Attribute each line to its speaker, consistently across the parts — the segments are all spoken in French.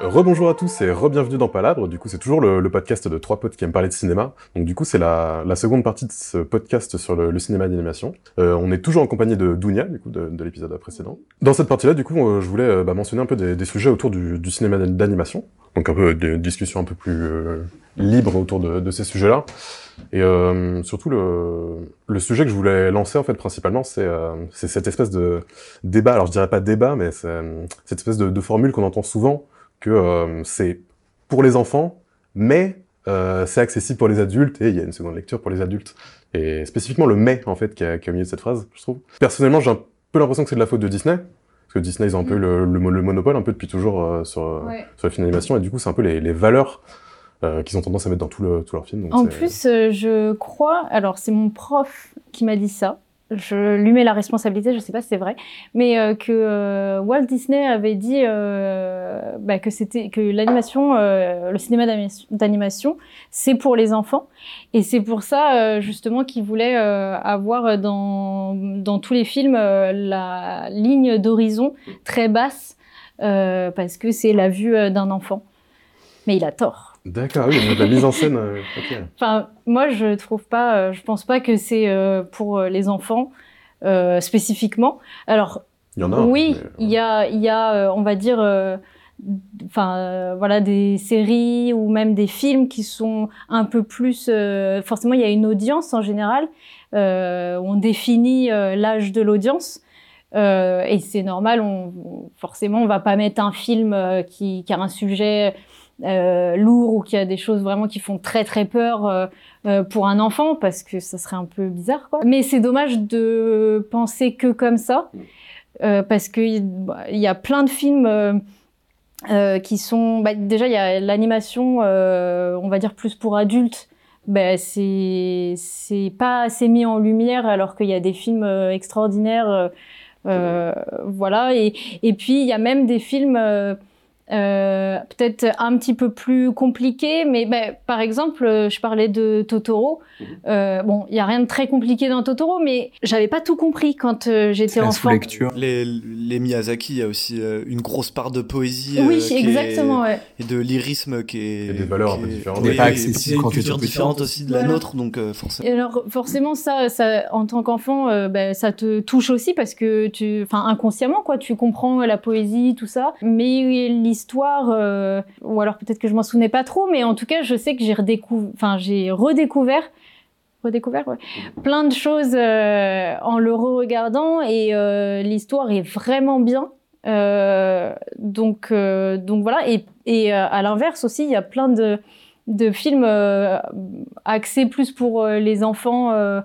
Speaker 1: Rebonjour à tous et re-bienvenue dans Palabre. Du coup, c'est toujours le, le podcast de trois potes qui aiment parler de cinéma. Donc, du coup, c'est la, la seconde partie de ce podcast sur le, le cinéma d'animation. Euh, on est toujours en compagnie de Dounia, du coup, de, de l'épisode précédent. Dans cette partie-là, du coup, euh, je voulais euh, bah, mentionner un peu des, des sujets autour du, du cinéma d'animation. Donc, un peu des discussions un peu plus euh, libres autour de, de ces sujets-là. Et euh, surtout, le, le sujet que je voulais lancer, en fait, principalement, c'est euh, c'est cette espèce de débat. Alors, je dirais pas débat, mais c'est euh, cette espèce de, de formule qu'on entend souvent, que euh, c'est pour les enfants, mais euh, c'est accessible pour les adultes, et il y a une seconde lecture pour les adultes. Et spécifiquement le « mais », en fait, qui est qui est au milieu de cette phrase, je trouve. Personnellement, j'ai un peu l'impression que c'est de la faute de Disney, parce que Disney, ils ont un peu le, le mo- le monopole, un peu depuis toujours, euh, sur, euh,
Speaker 2: Ouais.
Speaker 1: sur les films d'animation, et du coup, c'est un peu les, les valeurs euh, qu'ils ont tendance à mettre dans tout, le, tout leur film. donc
Speaker 2: En
Speaker 1: c'est-
Speaker 2: plus, euh, je crois, alors c'est mon prof qui m'a dit ça. Je lui mets la responsabilité, je sais pas si c'est vrai, mais euh, que euh, Walt Disney avait dit euh, bah, que c'était que l'animation, euh, le cinéma d'animation- d'animation, c'est pour les enfants, et c'est pour ça euh, justement qu'il voulait euh, avoir dans dans tous les films euh, la ligne d'horizon très basse euh, parce que c'est la vue euh, d'un enfant. Mais il a tort.
Speaker 1: D'accord, ah oui, donc la mise en scène. euh, ok.
Speaker 2: Enfin, moi, je trouve pas, euh, je pense pas que c'est euh, pour euh, les enfants euh, spécifiquement. Alors,
Speaker 1: Il y en a. un,
Speaker 2: oui,
Speaker 1: mais, euh,
Speaker 2: il y a, il y a, euh, on va dire, euh, enfin, euh, voilà, des séries ou même des films qui sont un peu plus. euh, forcément, il y a une audience en général. Euh, on définit euh, l'âge de l'audience. Euh, et c'est normal, on, on- forcément, on va pas mettre un film euh, qui, qui a un sujet euh, lourd ou qui a des choses vraiment qui font très très peur euh, euh, pour un enfant parce que ça serait un peu bizarre. Quoi. Mais c'est dommage de penser que comme ça euh, parce que il bah, il y a plein de films euh, euh, qui sont bah, déjà il y a l'animation, euh, on va dire plus pour adultes. Ben, c'est c'est pas assez mis en lumière alors qu'il y a des films euh, extraordinaires euh, euh, voilà et et puis il y a même des films euh, euh, peut-être un petit peu plus compliqués mais ben, par exemple euh, je parlais de Totoro
Speaker 3: Mhm.
Speaker 2: Euh, bon il y a rien de très compliqué dans Totoro mais j'avais pas tout compris quand euh, j'étais
Speaker 3: la
Speaker 2: enfant
Speaker 3: sous-lecture.
Speaker 4: Les, les Miyazaki, il y a aussi euh, une grosse part de poésie. euh,
Speaker 2: Oui,
Speaker 4: qui est-
Speaker 2: exactement. ouais.
Speaker 4: Et de lyrisme qui est.
Speaker 1: Et des valeurs un
Speaker 4: qui
Speaker 1: peu
Speaker 4: est-
Speaker 1: différentes.
Speaker 4: Oui,
Speaker 1: Des pas
Speaker 4: et
Speaker 3: accessibles
Speaker 4: puis il y a
Speaker 3: quand
Speaker 4: une
Speaker 3: tu es
Speaker 4: culture
Speaker 3: tout petit.
Speaker 4: différente aussi de la
Speaker 2: Voilà.
Speaker 4: nôtre, donc euh, forcément.
Speaker 2: Et alors forcément ça, ça en tant qu'enfant, euh, ben, ça te touche aussi parce que tu, enfin inconsciemment quoi, tu comprends la poésie tout ça, mais l'histoire euh, ou alors peut-être que je m'en souvenais pas trop, mais en tout cas je sais que j'ai redécou- enfin j'ai redécouvert, redécouvert ouais, plein de choses euh, en le re-regardant et euh, l'histoire est vraiment bien. Euh, donc euh, donc voilà et, et euh, à l'inverse aussi il y a plein de de films euh, axés plus pour euh, les enfants, euh,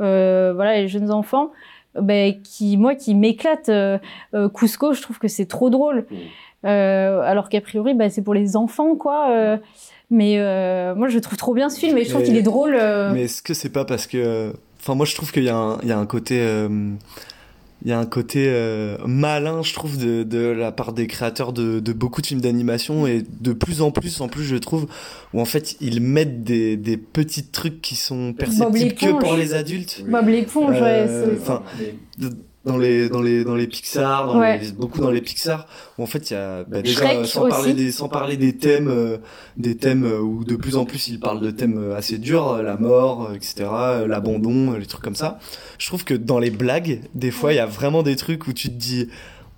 Speaker 2: euh, voilà, les jeunes enfants, ben, qui, moi, qui m'éclate. euh, euh, Cusco, je trouve que c'est trop drôle. Euh, alors qu'a priori, ben, c'est pour les enfants, quoi. euh, mais euh, moi, je trouve trop bien ce film et je trouve
Speaker 4: Mais-
Speaker 2: qu'il est drôle. euh,
Speaker 4: Mais est-ce que c'est pas parce que. Enfin, moi, je trouve qu'il y, a un- il y a un côté. euh, Il y a un côté euh, malin, je trouve, de, de la part des créateurs de, de beaucoup de films d'animation et de plus en plus, en plus, je trouve, où en fait, ils mettent des, des petits trucs qui sont perceptibles que
Speaker 2: l'éponge.
Speaker 4: pour les adultes.
Speaker 2: Bob l'éponge, ouais,
Speaker 4: Euh,
Speaker 2: c'est-
Speaker 5: Ah
Speaker 4: enfin, d- dans les dans les dans les Pixar, dans
Speaker 2: Ouais.
Speaker 4: les- beaucoup dans les Pixar où en fait il y a bah, déjà
Speaker 2: Shrek
Speaker 4: euh, sans parler
Speaker 2: aussi.
Speaker 4: des sans parler des thèmes euh, des thèmes euh, où de plus en plus ils parlent de thèmes euh, assez durs, euh, la mort, euh, etc, euh, l'abandon, euh, les trucs comme ça. Je trouve que dans les blagues, des fois il y a vraiment des trucs où tu te dis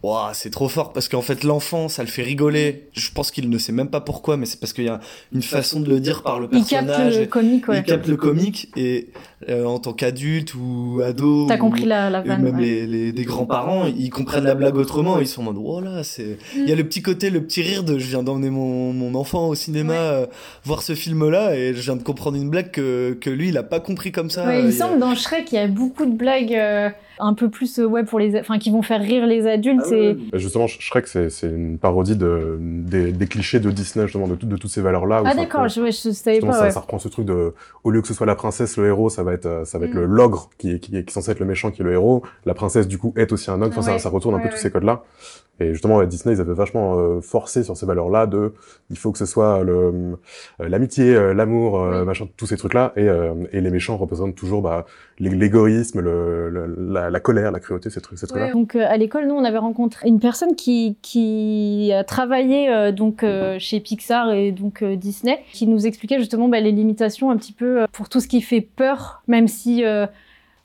Speaker 4: Ouah, c'est trop fort parce qu'en fait l'enfant ça le fait rigoler. Je pense qu'il ne sait même pas pourquoi, mais c'est parce qu'il y a une façon de le dire par le
Speaker 2: il capte
Speaker 4: personnage.
Speaker 2: le comique, ouais.
Speaker 4: Il capte le comique et euh, en tant qu'adulte ou ado,
Speaker 2: T'as
Speaker 4: ou-
Speaker 2: compris la, la
Speaker 4: et
Speaker 2: vanne.
Speaker 4: même
Speaker 2: ouais.
Speaker 4: les, les- des grands-parents, ils comprennent la blague autrement, ils sont en mode oh là, c'est. Il y a le petit côté, le petit rire de je viens d'emmener mon, mon enfant au cinéma
Speaker 2: Ouais.
Speaker 4: euh, voir ce film-là et je viens de comprendre une blague que, que lui il a pas compris comme ça.
Speaker 2: Ouais, il
Speaker 4: euh,
Speaker 2: me
Speaker 4: il y a-
Speaker 2: semble dans Shrek qu'il y a beaucoup de blagues euh, un peu plus euh, ouais pour les enfin qui vont faire rire les adultes
Speaker 4: Ah
Speaker 2: et
Speaker 1: Euh, Justement, Sh- Shrek, c'est c'est une parodie de, des, des clichés de Disney, justement, de, tout- de toutes ces valeurs-là. où
Speaker 2: ah
Speaker 1: ça
Speaker 2: d'accord
Speaker 1: reprend-
Speaker 2: je, ouais, je savais
Speaker 1: justement,
Speaker 2: pas
Speaker 1: ça,
Speaker 2: ouais.
Speaker 1: ça reprend ce truc de, au lieu que ce soit la princesse, le héros, ça va être, euh, ça va être
Speaker 2: Mm.
Speaker 1: le l'ogre qui, est- qui, est- qui est censé être le méchant, qui est le héros. La princesse, du coup, est aussi un ogre. Enfin, ça-
Speaker 2: Ouais.
Speaker 1: ça, retourne un
Speaker 2: Ouais,
Speaker 1: peu
Speaker 2: ouais.
Speaker 1: tous ces codes-là. Et justement, à Disney, ils avaient vachement euh, forcé sur ces valeurs-là de, il faut que ce soit le, euh, l'amitié, euh, l'amour, euh, machin, tous ces trucs-là. Et, euh, et les méchants représentent toujours bah, l'é- l'égoïsme, le, le- la, la colère, la cruauté, ces trucs, ces trucs-là.
Speaker 3: Ouais.
Speaker 2: Donc euh, à l'école, nous, on avait rencontré une personne qui, qui a travaillé euh, donc euh, chez Pixar et donc euh, Disney, qui nous expliquait justement bah, les limitations un petit peu euh, pour tout ce qui fait peur, même si euh,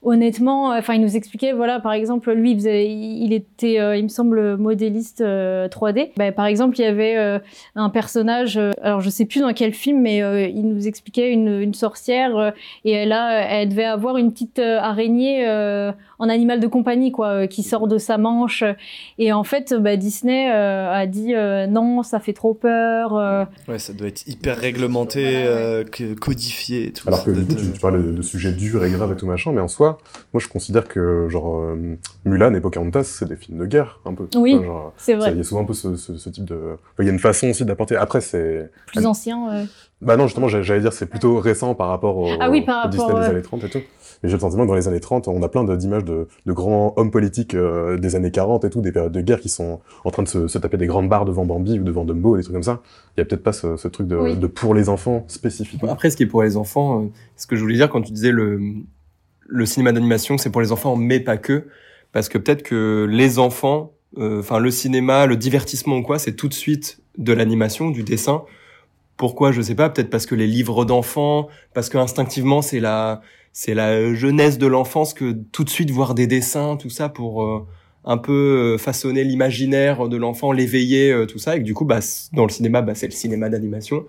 Speaker 2: honnêtement, euh, enfin, il nous expliquait, voilà, par exemple, lui, il, faisait- il était, euh, il me semble, modéliste euh, 3D. Bah, par exemple, il y avait euh, un personnage, euh, alors je sais plus dans quel film, mais euh, il nous expliquait une, une sorcière euh, et elle a, elle devait avoir une petite euh, araignée. euh, en animal de compagnie quoi euh, qui sort de sa manche et en fait bah, Disney euh, a dit euh, non ça fait trop peur euh,
Speaker 4: Ouais, ça doit être hyper réglementé,
Speaker 3: Voilà, ouais.
Speaker 4: euh, que- codifié et tout.
Speaker 1: Alors
Speaker 4: ça
Speaker 1: que
Speaker 4: doit
Speaker 1: du coup,
Speaker 4: être,
Speaker 1: tu, tu parles de, de sujets durs et graves et tout machin, mais en soi, moi je considère que genre euh, Mulan et Pocahontas, c'est des films de guerre un peu.
Speaker 2: Oui.
Speaker 1: Enfin, genre,
Speaker 2: c'est
Speaker 1: ça-
Speaker 2: vrai
Speaker 1: il y a souvent un peu ce, ce- ce type de. enfin, Il y a une façon aussi d'apporter. Après, c'est.
Speaker 2: plus ancien euh.
Speaker 1: Bah non, justement, j'allais j'allais dire c'est plutôt récent par rapport au,
Speaker 2: Ah oui, par
Speaker 1: au Disney
Speaker 2: rapport,
Speaker 1: des
Speaker 2: ouais.
Speaker 1: années 30 et tout. Mais j'ai le sentiment que dans les années 30, on a plein de- d'images de, de grands hommes politiques euh, des années 40 et tout, des périodes de guerre qui sont en train de se, se taper des grandes barres devant Bambi ou devant Dumbo, des trucs comme ça. Il y a peut-être pas ce, ce truc de,
Speaker 2: Oui.
Speaker 1: de pour les enfants spécifiquement.
Speaker 5: Après, ce qui est pour les enfants, euh, ce que je voulais dire quand tu disais le, le cinéma d'animation, c'est pour les enfants, mais pas que. Parce que peut-être que les enfants, euh, enfin le cinéma, le divertissement ou quoi, c'est tout de suite de l'animation, du dessin. Pourquoi Je sais pas. Peut-être parce que les livres d'enfants, parce que instinctivement c'est la c'est la jeunesse de l'enfance que tout de suite voir des dessins, tout ça pour euh, un peu euh, façonner l'imaginaire de l'enfant, l'éveiller, euh, tout ça. Et que du coup, bah c- dans le cinéma, bah c'est le cinéma d'animation.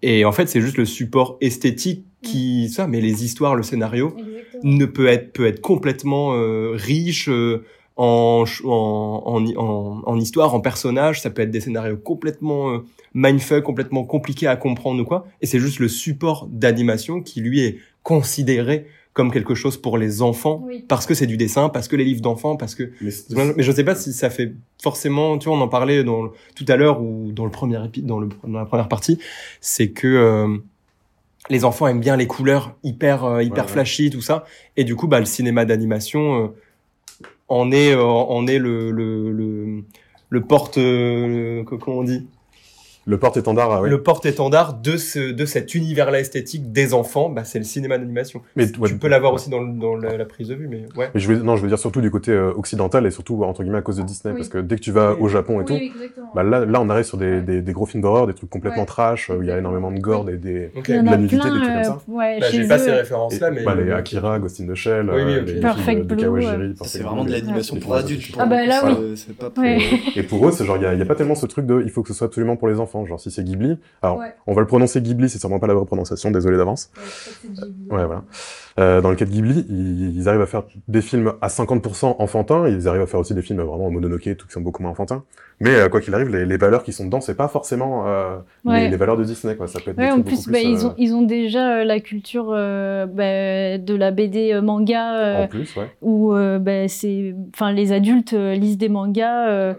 Speaker 5: Et en fait, c'est juste le support esthétique qui ça, mais les histoires, le scénario ne peut être peut être complètement euh, riche euh, en, ch- en, en en en histoire, en personnages. Ça peut être des scénarios complètement euh, mindfuck, complètement compliqués à comprendre ou quoi. Et c'est juste le support d'animation qui lui est considéré comme quelque chose pour les enfants
Speaker 3: Oui.
Speaker 5: parce que c'est du dessin, parce que les livres d'enfants, parce que
Speaker 1: Mais
Speaker 5: mais je sais pas si ça fait forcément, tu vois, on en parlait dans le- tout à l'heure ou dans le premier épi- dans, le, dans la première partie, c'est que euh, les enfants aiment bien les couleurs hyper euh, hyper
Speaker 1: Ouais, ouais.
Speaker 5: flashy, tout ça, et du coup, bah le cinéma d'animation euh, en est euh, en est le le, le, le porte euh, co- comment on dit
Speaker 1: Le porte-étendard, ah ouais.
Speaker 5: le porte-étendard de ce de cet univers là esthétique des enfants, bah c'est le cinéma d'animation.
Speaker 1: Mais ouais,
Speaker 5: tu peux l'avoir
Speaker 1: ouais.
Speaker 5: aussi dans, le- dans la, la prise de vue, mais ouais.
Speaker 1: Mais je veux, non, je veux dire surtout du côté euh, occidental et surtout entre guillemets à cause de Disney,
Speaker 3: Oui.
Speaker 1: parce que dès que tu vas
Speaker 5: Oui.
Speaker 1: au Japon et
Speaker 3: Oui,
Speaker 1: tout,
Speaker 3: exactement.
Speaker 1: bah là, là on arrive sur des, des, des gros films d'horreur, des trucs complètement
Speaker 3: Ouais.
Speaker 1: trash, euh, où il y a énormément de gore, des, des...
Speaker 5: Ok.
Speaker 2: il y en
Speaker 1: de
Speaker 2: a
Speaker 1: la nudité, des
Speaker 2: plein
Speaker 1: trucs comme
Speaker 2: euh, ouais,
Speaker 5: Bah,
Speaker 2: chez
Speaker 5: j'ai pas ces
Speaker 2: eux.
Speaker 5: références là,
Speaker 1: et-
Speaker 5: mais
Speaker 1: bah, les Akira, Ghost in the Shell,
Speaker 5: Oui, oui,
Speaker 1: euh,
Speaker 5: ok.
Speaker 1: les
Speaker 2: Perfect
Speaker 1: films de, de
Speaker 2: Blue,
Speaker 1: Kawajiri,
Speaker 2: ouais.
Speaker 1: Perfect
Speaker 4: C'est vraiment de
Speaker 1: Blue,
Speaker 4: l'animation
Speaker 1: les
Speaker 4: pour
Speaker 1: films
Speaker 4: adultes.
Speaker 2: Ah
Speaker 4: pour
Speaker 2: bah
Speaker 4: le
Speaker 2: là,
Speaker 4: coup,
Speaker 2: oui.
Speaker 4: euh, C'est pas pour-
Speaker 2: Ouais.
Speaker 1: Et pour eux, c'est genre, il y a, il y a pas tellement ce truc de, il faut que ce soit absolument pour les enfants. Genre, si c'est Ghibli, alors
Speaker 3: Ouais.
Speaker 1: on va le prononcer Ghibli, c'est sûrement pas la vraie prononciation, désolé d'avance.
Speaker 3: Ouais, je crois que c'est Ghibli.
Speaker 1: Ouais, voilà. Euh, dans le cas de Ghibli, ils, ils arrivent à faire des films à 50% enfantins, ils arrivent à faire aussi des films vraiment mononoké, tout qui sont beaucoup moins enfantins. Mais euh, quoi qu'il arrive, les, les valeurs qui sont dedans, c'est pas forcément euh,
Speaker 2: Ouais.
Speaker 1: les, les valeurs de Disney, quoi. Ça peut être des
Speaker 2: Ouais, en
Speaker 1: trucs
Speaker 2: plus,
Speaker 1: beaucoup
Speaker 2: bah,
Speaker 1: plus,
Speaker 2: ils,
Speaker 1: euh,
Speaker 2: ont, ils ont déjà euh, la culture euh, bah, de la BD euh, manga euh,
Speaker 1: en plus, ouais.
Speaker 2: où euh, ben, c'est, enfin, les adultes euh, lisent des mangas euh,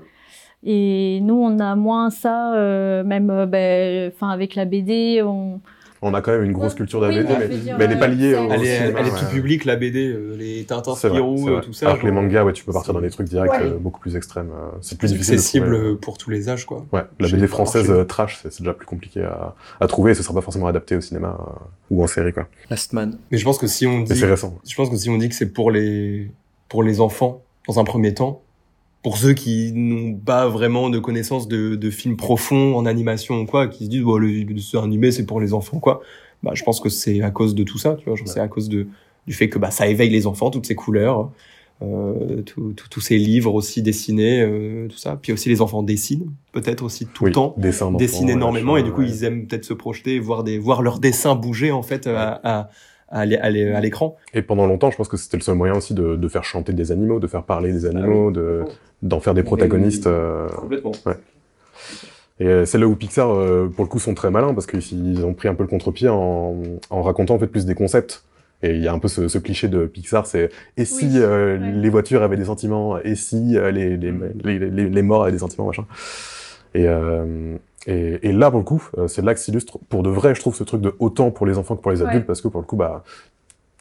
Speaker 2: et nous on a moins ça, euh, même euh, ben, enfin avec la BD, on...
Speaker 1: On a quand même une grosse
Speaker 3: Ouais.
Speaker 1: culture de la
Speaker 3: Oui,
Speaker 1: BD,
Speaker 2: bah,
Speaker 3: je
Speaker 1: mais
Speaker 3: veux dire, euh,
Speaker 1: mais elle est pas liée
Speaker 3: c'est-
Speaker 1: au-
Speaker 5: Elle est,
Speaker 1: cinéma,
Speaker 5: elle est
Speaker 1: ouais.
Speaker 5: tout public, la BD, euh, les Tintin,
Speaker 1: C'est vrai,
Speaker 5: Spirou,
Speaker 1: c'est vrai.
Speaker 5: euh, tout ça.
Speaker 1: Alors que les
Speaker 5: genre,
Speaker 1: mangas, ouais, tu peux partir dans des trucs directs
Speaker 3: Ouais.
Speaker 1: euh, beaucoup plus extrêmes. euh, c'est plus
Speaker 5: C'est
Speaker 1: difficile. de
Speaker 5: accessible
Speaker 1: trouver.
Speaker 5: euh, pour tous les âges, quoi.
Speaker 1: Ouais, la
Speaker 5: Chez-
Speaker 1: BD française
Speaker 5: chez-
Speaker 1: euh, trash, c'est c'est déjà plus compliqué à, à trouver et ce sera pas forcément adapté au cinéma euh, ou en série, quoi.
Speaker 4: Last Man.
Speaker 5: Mais je pense que si on
Speaker 1: Mais
Speaker 5: dit,
Speaker 1: c'est récent.
Speaker 5: je pense que si on dit que c'est pour les, pour les enfants, dans un premier temps, pour ceux qui n'ont pas vraiment de connaissances de, de films profonds en animation ou quoi, qui se disent, bon, le, le- c'est animé, c'est pour les enfants, quoi. Bah, je pense que c'est à cause de tout ça, tu vois. genre,
Speaker 1: Ouais.
Speaker 5: C'est à cause de, du fait que, bah, ça éveille les enfants, toutes ces couleurs, euh, tout- tout- tous ces livres aussi dessinés, euh, tout ça. Puis aussi les enfants dessinent, peut-être aussi tout
Speaker 1: Oui,
Speaker 5: le temps.
Speaker 1: dessin d'enfant,
Speaker 5: dessinent
Speaker 1: ouais,
Speaker 5: énormément
Speaker 1: machin,
Speaker 5: et du coup
Speaker 1: ouais.
Speaker 5: ils aiment peut-être se projeter voir des voir leurs dessins bouger en fait à, à, à l'é- à l'é- à l'écran
Speaker 1: Et pendant longtemps, je pense que c'était le seul moyen aussi de, de faire chanter des animaux, de faire parler des
Speaker 3: Ah
Speaker 1: animaux, de d'en faire des protagonistes. euh,
Speaker 5: complètement
Speaker 1: Et euh, c'est là où Pixar, euh, pour le coup, sont très malins parce qu'ils ils ont pris un peu le contre-pied en, en racontant en fait plus des concepts. Et il y a un peu ce, ce cliché de Pixar, c'est et si
Speaker 3: Oui,
Speaker 1: euh,
Speaker 3: ouais. Mm.
Speaker 1: les voitures avaient des sentiments, et si euh, les, les, les, les- les morts avaient des sentiments, machin. Et, euh, et, et là, pour le coup, euh, c'est là que s'illustre pour de vrai, je trouve, ce truc de autant pour les enfants que pour les
Speaker 3: Ouais.
Speaker 1: adultes parce que pour le coup, bah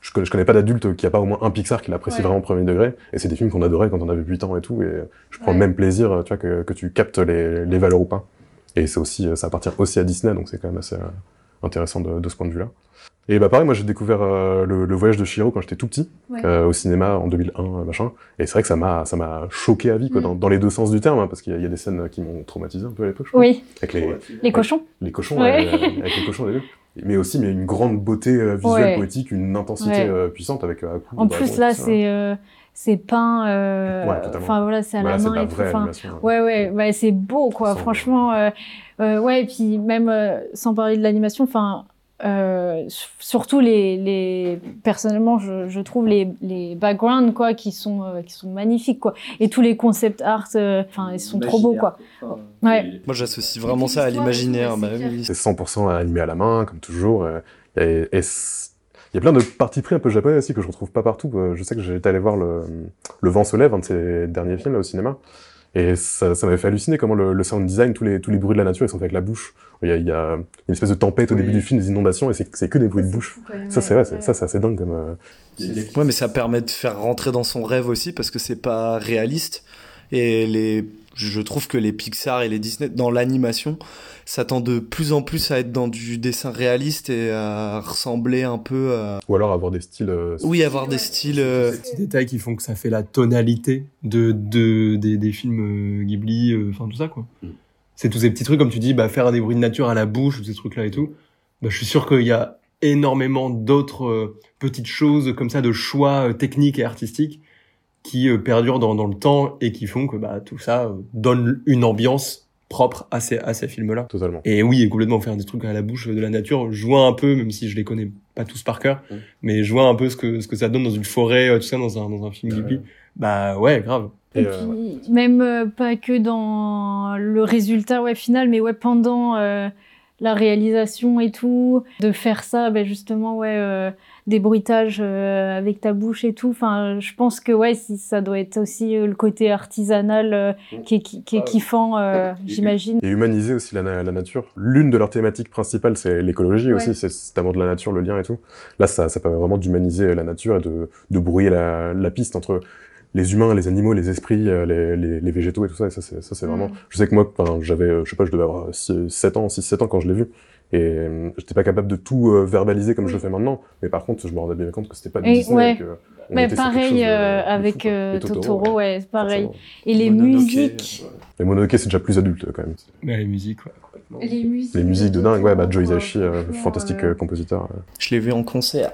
Speaker 1: je connais, je connais pas d'adulte qui a pas au moins un Pixar qui l'apprécie
Speaker 2: Ouais.
Speaker 1: vraiment premier degré. Et c'est des films qu'on adorait quand on avait 8 ans et tout. Et je prends
Speaker 2: Ouais.
Speaker 1: le même plaisir, tu vois, que, que tu captes les, les valeurs ou pas. Et c'est aussi, euh, ça appartient aussi à Disney, donc c'est quand même assez euh, intéressant de, de ce point de vue-là. Et bah pareil, moi j'ai découvert euh, le, le voyage de Shiro quand j'étais tout petit,
Speaker 2: Ouais.
Speaker 1: euh, au cinéma en 2001, euh, machin. Et c'est vrai que ça m'a, ça m'a choqué à vie, quoi,
Speaker 2: Mm.
Speaker 1: dans, dans les deux sens du terme, hein, parce qu'il y, a- il y a des scènes qui m'ont traumatisé un peu à l'époque, je crois.
Speaker 2: Oui,
Speaker 1: Avec les,
Speaker 2: les cochons.
Speaker 1: les cochons,
Speaker 2: Ouais.
Speaker 1: euh, avec les cochons au début. Mais aussi, mais une grande beauté euh, visuelle,
Speaker 2: Ouais.
Speaker 1: poétique, une intensité
Speaker 2: Ouais.
Speaker 1: euh, puissante avec. euh, un coup
Speaker 2: En
Speaker 1: de dragon et
Speaker 2: plus, là,
Speaker 1: tout ça.
Speaker 2: c'est euh, c'est peint. euh,
Speaker 1: Ouais, totalement.
Speaker 2: Enfin, voilà, c'est à
Speaker 1: Voilà,
Speaker 2: la
Speaker 1: c'est
Speaker 2: main
Speaker 1: de la
Speaker 2: et tout.
Speaker 1: vraie
Speaker 2: Enfin,
Speaker 1: animation. euh. ouais.
Speaker 2: Ouais, ouais, bah, c'est beau, quoi.
Speaker 1: Sans-
Speaker 2: Franchement, euh, euh, ouais, et puis même euh, sans parler de l'animation, enfin, euh, s- surtout les, les personnellement, je, je trouve les, les backgrounds, quoi, qui sont, euh, qui sont magnifiques, quoi. Et tous les concept art, euh, enfin, ils sont trop beaux, quoi. Ouais.
Speaker 4: Moi, j'associe vraiment ça à
Speaker 3: L'histoire,
Speaker 4: l'imaginaire.
Speaker 3: c'est
Speaker 4: bah
Speaker 3: clair.
Speaker 4: oui.
Speaker 1: C'est 100% animé à la main, comme toujours. euh, et et c- il y a plein de parties pris un peu japonais aussi que je retrouve pas partout. Euh, Je sais que j'étais allé voir le, le Vent se lève, un de ses derniers films là au cinéma. Et ça, ça m'avait fait halluciner comment le, le sound design, tous les, tous les bruits de la nature, ils sont faits avec la bouche. Il y a, il y a une espèce de tempête au
Speaker 5: Oui.
Speaker 1: début du film, des inondations, et c'est c'est que des bruits de bouche. Ça, c'est vrai, c'est- ça, c'est assez dingue comme. euh,
Speaker 4: Ouais, mais ça permet de faire rentrer dans son rêve aussi parce que c'est pas réaliste. Et les, je trouve que les Pixar et les Disney, dans l'animation, s'attendent de plus en plus à être dans du dessin réaliste et à ressembler un peu à.
Speaker 1: Ou alors avoir des styles. euh,
Speaker 4: Oui, avoir des styles. euh,
Speaker 5: Ces petits détails qui font que ça fait la tonalité de, de- des, des films euh, Ghibli, euh, enfin tout ça quoi.
Speaker 1: Mm.
Speaker 5: C'est tous ces petits trucs, comme tu dis, bah, faire des bruits de nature à la bouche, tous ces trucs-là et tout. Bah, je suis sûr qu'il y a énormément d'autres euh, petites choses comme ça, de choix euh, techniques et artistiques qui euh, perdurent dans, dans le temps et qui font que bah, tout ça euh, donne une ambiance propre à ces, à ces films-là.
Speaker 1: Totalement.
Speaker 5: Et oui, et complètement faire des trucs à la bouche de la nature, je vois un peu, même si je les connais pas tous par cœur,
Speaker 1: Mm.
Speaker 5: mais je vois un peu ce que, ce que ça donne dans une forêt, euh, tout ça, dans un, dans un film Ghibli. Bah ouais, grave.
Speaker 2: Et,
Speaker 1: Et,
Speaker 2: puis,
Speaker 1: euh, ouais.
Speaker 2: même euh, pas que dans le résultat ouais, final, mais ouais, pendant euh, la réalisation et tout, de faire ça, ben justement, ouais, euh, des bruitages euh, avec ta bouche et tout. Enfin, je pense que ouais, si- ça doit être aussi euh, le côté artisanal euh,
Speaker 1: Mm.
Speaker 2: qui est, qui, qui est kiffant, euh, j'imagine.
Speaker 1: et humaniser aussi la, na- la nature. L'une de leurs thématiques principales, c'est l'écologie
Speaker 2: Ouais.
Speaker 1: aussi, c'est cet amour de la nature, le lien et tout. Là, ça, ça permet vraiment d'humaniser la nature et de, de brouiller la, la piste entre les humains, les animaux, les esprits, euh, les, les, les végétaux et tout ça. Et ça, c'est ça, c'est vraiment.
Speaker 2: Mm.
Speaker 1: Je sais que moi, enfin, j'avais, euh, je sais pas, je devais avoir 7 ans, 6-7 ans quand je l'ai vu. Et euh, j'étais pas capable de tout euh, verbaliser comme je le fais maintenant. Mais par contre, je me rendais bien compte que c'était pas du
Speaker 2: Et
Speaker 1: Disney.
Speaker 2: ouais.
Speaker 1: et que on
Speaker 2: Mais
Speaker 1: était sur quelque
Speaker 2: pareil
Speaker 1: chose de-
Speaker 2: euh,
Speaker 1: de fou,
Speaker 2: avec
Speaker 1: quoi.
Speaker 2: euh,
Speaker 1: Et
Speaker 2: Totoro,
Speaker 1: ouais,
Speaker 2: ouais, c'est pareil.
Speaker 1: forcément.
Speaker 2: Et les
Speaker 4: Mononoke,
Speaker 2: musiques.
Speaker 1: Mais Mononoke, c'est déjà plus adulte quand même.
Speaker 5: Mais la musique, ouais.
Speaker 3: Les musiques,
Speaker 1: Les musiques de dingue, ouais, bah Joe
Speaker 3: Totoro,
Speaker 1: Hisaishi, euh,
Speaker 3: franchement,
Speaker 1: fantastique
Speaker 3: euh,
Speaker 1: euh, compositeur. euh.
Speaker 4: Je l'ai vu en concert.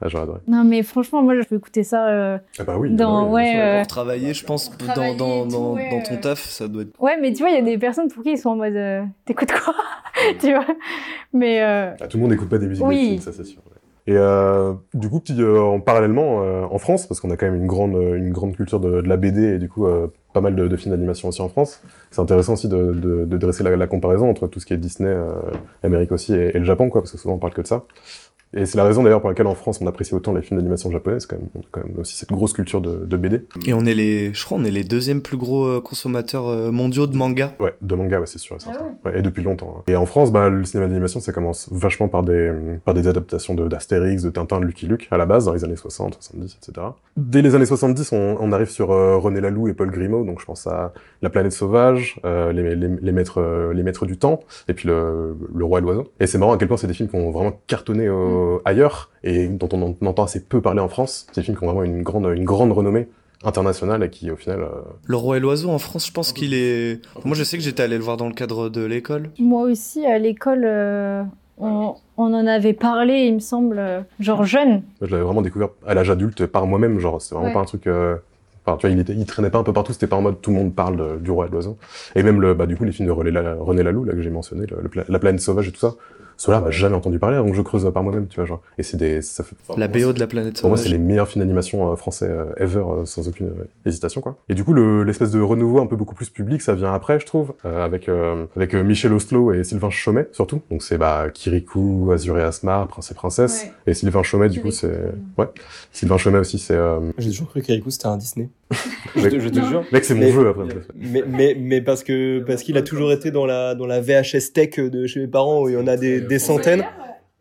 Speaker 1: Ah, j'aurais adoré.
Speaker 2: Non, mais franchement, moi, je peux écouter ça. euh,
Speaker 1: Ah bah oui.
Speaker 2: Dans-
Speaker 1: bah oui,
Speaker 2: ouais,
Speaker 1: bien sûr.
Speaker 2: euh,
Speaker 4: Pour travailler, je pense, dans-
Speaker 3: Travailler
Speaker 4: dans,
Speaker 3: et
Speaker 4: dans,
Speaker 3: tout, ouais,
Speaker 4: dans ton
Speaker 3: euh.
Speaker 4: taf, ça doit être.
Speaker 2: Ouais, mais tu vois, il y a des personnes pour qui ils sont en mode euh, t'écoutes quoi Tu vois Mais euh,
Speaker 1: Ah, tout le monde n'écoute pas des musiques
Speaker 2: Oui.
Speaker 1: de films, ça c'est sûr. ouais. Et euh, du coup, petit, euh, en parallèlement, euh, en France, parce qu'on a quand même une grande, euh, une grande culture de, de la BD et du coup euh, pas mal de, de films d'animation aussi en France. C'est intéressant aussi de, de, de dresser la, la comparaison entre tout ce qui est Disney, euh, Amérique aussi et, et le Japon, quoi, parce que souvent on parle que de ça. Et c'est la raison d'ailleurs pour laquelle en France on apprécie autant les films d'animation japonais, c'est quand même, on a quand même aussi cette grosse culture de, de BD.
Speaker 4: Et on est les, je crois, on est les deuxièmes plus gros euh, consommateurs euh, mondiaux de manga.
Speaker 1: Ouais, de manga, ouais, c'est sûr et certain.
Speaker 3: Ah
Speaker 1: Ouais, et depuis longtemps. hein. Et en France, bah, le cinéma d'animation, ça commence vachement par des, euh, par des adaptations de- d'Astérix, de, Tintin, de Lucky Luke, à la base, dans les années 60, 70, etc. Dès les années 70, on, on arrive sur euh, René Laloux et Paul Grimaud, donc je pense à La Planète Sauvage, euh, les, les, les, maîtres, euh, les Maîtres du Temps, et puis le, le Roi et l'Oiseau. Et c'est marrant à quel point c'est des films qui ont vraiment cartonné euh, ailleurs, et dont on en- entend assez peu parler en France. C'est des films qui ont vraiment une grande, une grande renommée internationale, et qui, au final... euh,
Speaker 4: Le Roi et l'Oiseau en France, je pense qu'il est. Moi, je sais que j'étais allé le voir dans le cadre de l'école.
Speaker 2: moi aussi, à l'école, euh, on, on en avait parlé, il me semble, euh, genre jeune.
Speaker 1: Moi, je l'avais vraiment découvert à l'âge adulte par moi-même, genre c'est vraiment
Speaker 3: Ouais.
Speaker 1: pas un truc. euh, enfin, tu vois, il, était, il traînait pas un peu partout, c'était pas en mode tout le monde parle de- du roi et de l'oiseau. Et même le, bah, du coup, les films de René, La- René Laloux, là que j'ai mentionné, le- le pla- la planète sauvage et tout ça, ceux-là, bah, j'ai jamais entendu parler avant que je creuse par moi-même, tu vois, genre. Et c'est des, ça fait.
Speaker 4: La BO de la planète
Speaker 1: Pour moi, c'est
Speaker 4: sauvage.
Speaker 1: les meilleurs films d'animation euh, français euh, ever, euh, sans aucune euh, hésitation, quoi. Et du coup, le- l'espèce de renouveau un peu beaucoup plus public, ça vient après, je trouve, euh, avec euh, avec euh, Michel Oslo et Sylvain Chomet, surtout. Donc c'est bah Kirikou, Azur et Asmar, Prince et Princesse. Et Sylvain Chomet, du coup,
Speaker 3: Kirikou,
Speaker 1: c'est ouais. Sylvain Chomet aussi, c'est euh,
Speaker 5: J'ai toujours cru qu'Eriku c'était un Disney. je
Speaker 1: mec,
Speaker 5: te, je te
Speaker 3: Non.
Speaker 5: jure.
Speaker 1: mec, c'est mon
Speaker 5: Mais-
Speaker 1: jeu après.
Speaker 5: Mais, mais, mais parce que parce qu'il a toujours été dans la, dans la VHS tech de chez mes parents où il y en a des, des centaines.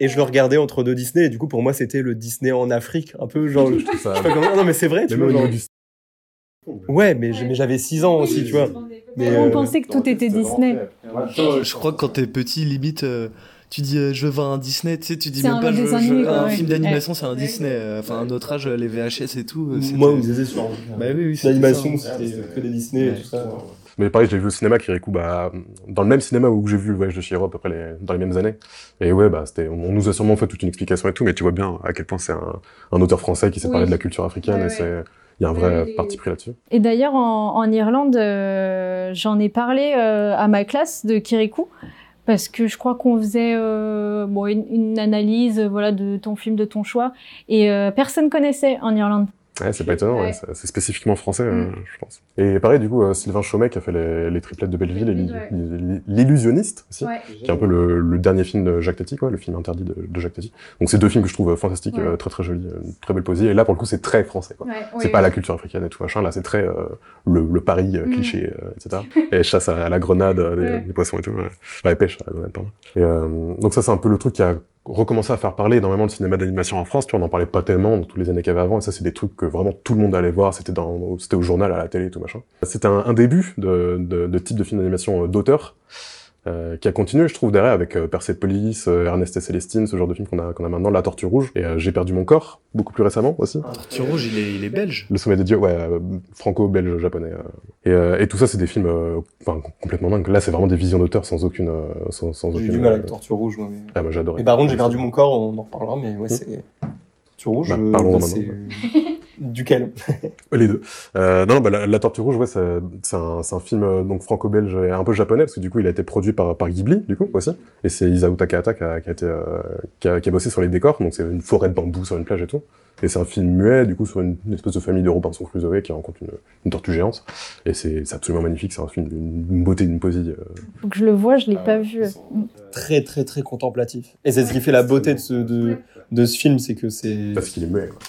Speaker 5: et je le regardais entre deux Disney et du coup pour moi c'était le Disney en Afrique un peu genre je sais
Speaker 1: Ça,
Speaker 5: pas comment- non mais c'est vrai tu
Speaker 1: même au
Speaker 5: vois,
Speaker 1: niveau
Speaker 5: genre-
Speaker 1: du
Speaker 5: ouais mais j'ai- mais j'avais 6 ans aussi tu vois Mais,
Speaker 2: on
Speaker 5: euh,
Speaker 2: pensait que tout était Disney.
Speaker 4: Je crois que quand t'es petit, limite, euh, tu dis euh, je veux voir un Disney, tu sais, tu dis
Speaker 2: C'est
Speaker 4: même
Speaker 2: un
Speaker 4: pas je,
Speaker 2: dessin
Speaker 4: je-
Speaker 2: animé, quoi,
Speaker 4: un
Speaker 2: ouais.
Speaker 4: film d'animation, c'est un Disney. euh, Enfin, à notre âge, les VHS et tout. euh, c'était-
Speaker 5: moi on me disait sur
Speaker 4: Bah oui, oui, c'était
Speaker 5: l'animation
Speaker 4: ça.
Speaker 5: c'était euh, que des Disney et
Speaker 4: Ouais.
Speaker 5: tout ça
Speaker 1: Mais pareil, je l'ai vu au cinéma, Kirikou, bah, dans le même cinéma où j'ai vu le voyage de Chihiro à peu près les- dans les mêmes années. Et ouais, bah, c'était, on, on nous a sûrement fait toute une explication et tout, mais tu vois bien à quel point c'est un, un auteur français qui s'est
Speaker 3: Oui.
Speaker 1: parlé de la culture africaine
Speaker 3: Ouais,
Speaker 1: et
Speaker 3: ouais.
Speaker 1: c'est, il y a un
Speaker 3: Ouais,
Speaker 1: vrai
Speaker 3: les-
Speaker 1: parti pris là-dessus.
Speaker 2: Et d'ailleurs, en, en Irlande, euh, j'en ai parlé euh, à ma classe de Kirikou, parce que je crois qu'on faisait euh, bon, une, une analyse euh, voilà, de ton film, de ton choix, et euh, personne connaissait en Irlande.
Speaker 1: Ouais, c'est pas étonnant, ouais,
Speaker 3: Ouais.
Speaker 1: c'est c'est spécifiquement français,
Speaker 2: Mm.
Speaker 1: euh, je pense. Et pareil, du coup, euh, Sylvain Chomet qui a fait les, les triplettes de Belleville et
Speaker 3: Ouais.
Speaker 1: l'illu- l'illusionniste aussi.
Speaker 3: Ouais.
Speaker 1: qui est un peu le, le dernier film de Jacques Tati, quoi, le film interdit de, de Jacques Tati. Donc c'est deux films que je trouve euh, fantastiques,
Speaker 3: Ouais.
Speaker 1: euh, très très jolis, euh, une très belle poésie. Et là pour le coup c'est très français, quoi.
Speaker 3: Ouais,
Speaker 1: c'est
Speaker 3: oui,
Speaker 1: pas
Speaker 3: oui.
Speaker 1: la culture africaine et tout machin. Là c'est très euh, le, le Paris euh,
Speaker 3: Mm.
Speaker 1: cliché, euh, etc. Et chasse à, à la grenade, euh, les,
Speaker 3: Ouais.
Speaker 1: les poissons et tout. Ouais. Enfin, pêche à la grenade, pardon. Et, euh, donc ça c'est un peu le truc qui a recommencé à faire parler énormément de cinéma d'animation en France. Tu vois, on en parlait pas tellement dans toutes les années qu'il y avait avant. Et ça c'est des trucs que vraiment tout le monde allait voir. C'était dans, c'était au journal, à la télé et tout machin. C'était un, un début de, de, de type de film d'animation euh, d'auteur euh, qui a continué, je trouve, derrière avec euh, Persepolis, euh, Ernest et Célestine, ce genre de film qu'on a, qu'on a maintenant, La Tortue Rouge, et euh, J'ai perdu mon corps, beaucoup plus récemment aussi.
Speaker 4: Tortue Rouge, il est, il est belge.
Speaker 1: Le sommet des dieux, ouais, euh, franco-belge-japonais. euh. Et, euh, et tout ça, c'est des films euh, enfin, com- complètement dingues. Là, c'est vraiment des visions d'auteur sans aucune... euh, sans, sans
Speaker 5: j'ai eu
Speaker 1: aucune,
Speaker 5: du mal
Speaker 1: euh,
Speaker 5: avec Tortue Rouge moi, mais...
Speaker 1: Ah, moi, j'adorais.
Speaker 5: Et par contre, j'ai perdu mon corps, on en reparlera, mais ouais, c'est. Tu rouge,
Speaker 1: Bah,
Speaker 5: euh,
Speaker 1: parlons
Speaker 5: bah, c'est- Duquel
Speaker 1: Les deux. Euh, non, non, bah, la, la Tortue Rouge, ouais, c'est c'est un, c'est un film euh, donc franco-belge et un peu japonais, parce que du coup, il a été produit par, par Ghibli, du coup, aussi. Et c'est Isao Takahata qui a, qui, a été, euh, qui, a, qui a bossé sur les décors, donc c'est une forêt de bambou sur une plage et tout. Et c'est un film muet, du coup, sur une, une espèce de famille de Robinson Crusoe qui rencontre une, une tortue géante. Et c'est c'est absolument magnifique, c'est un film d'une beauté, d'une poésie. euh,
Speaker 2: Faut que je le vois, je l'ai pas vu.
Speaker 5: Très, très, très contemplatif. Et c'est ce qui fait la beauté de ce, de, de ce film, c'est que c'est.
Speaker 1: parce qu'il est muet, quoi.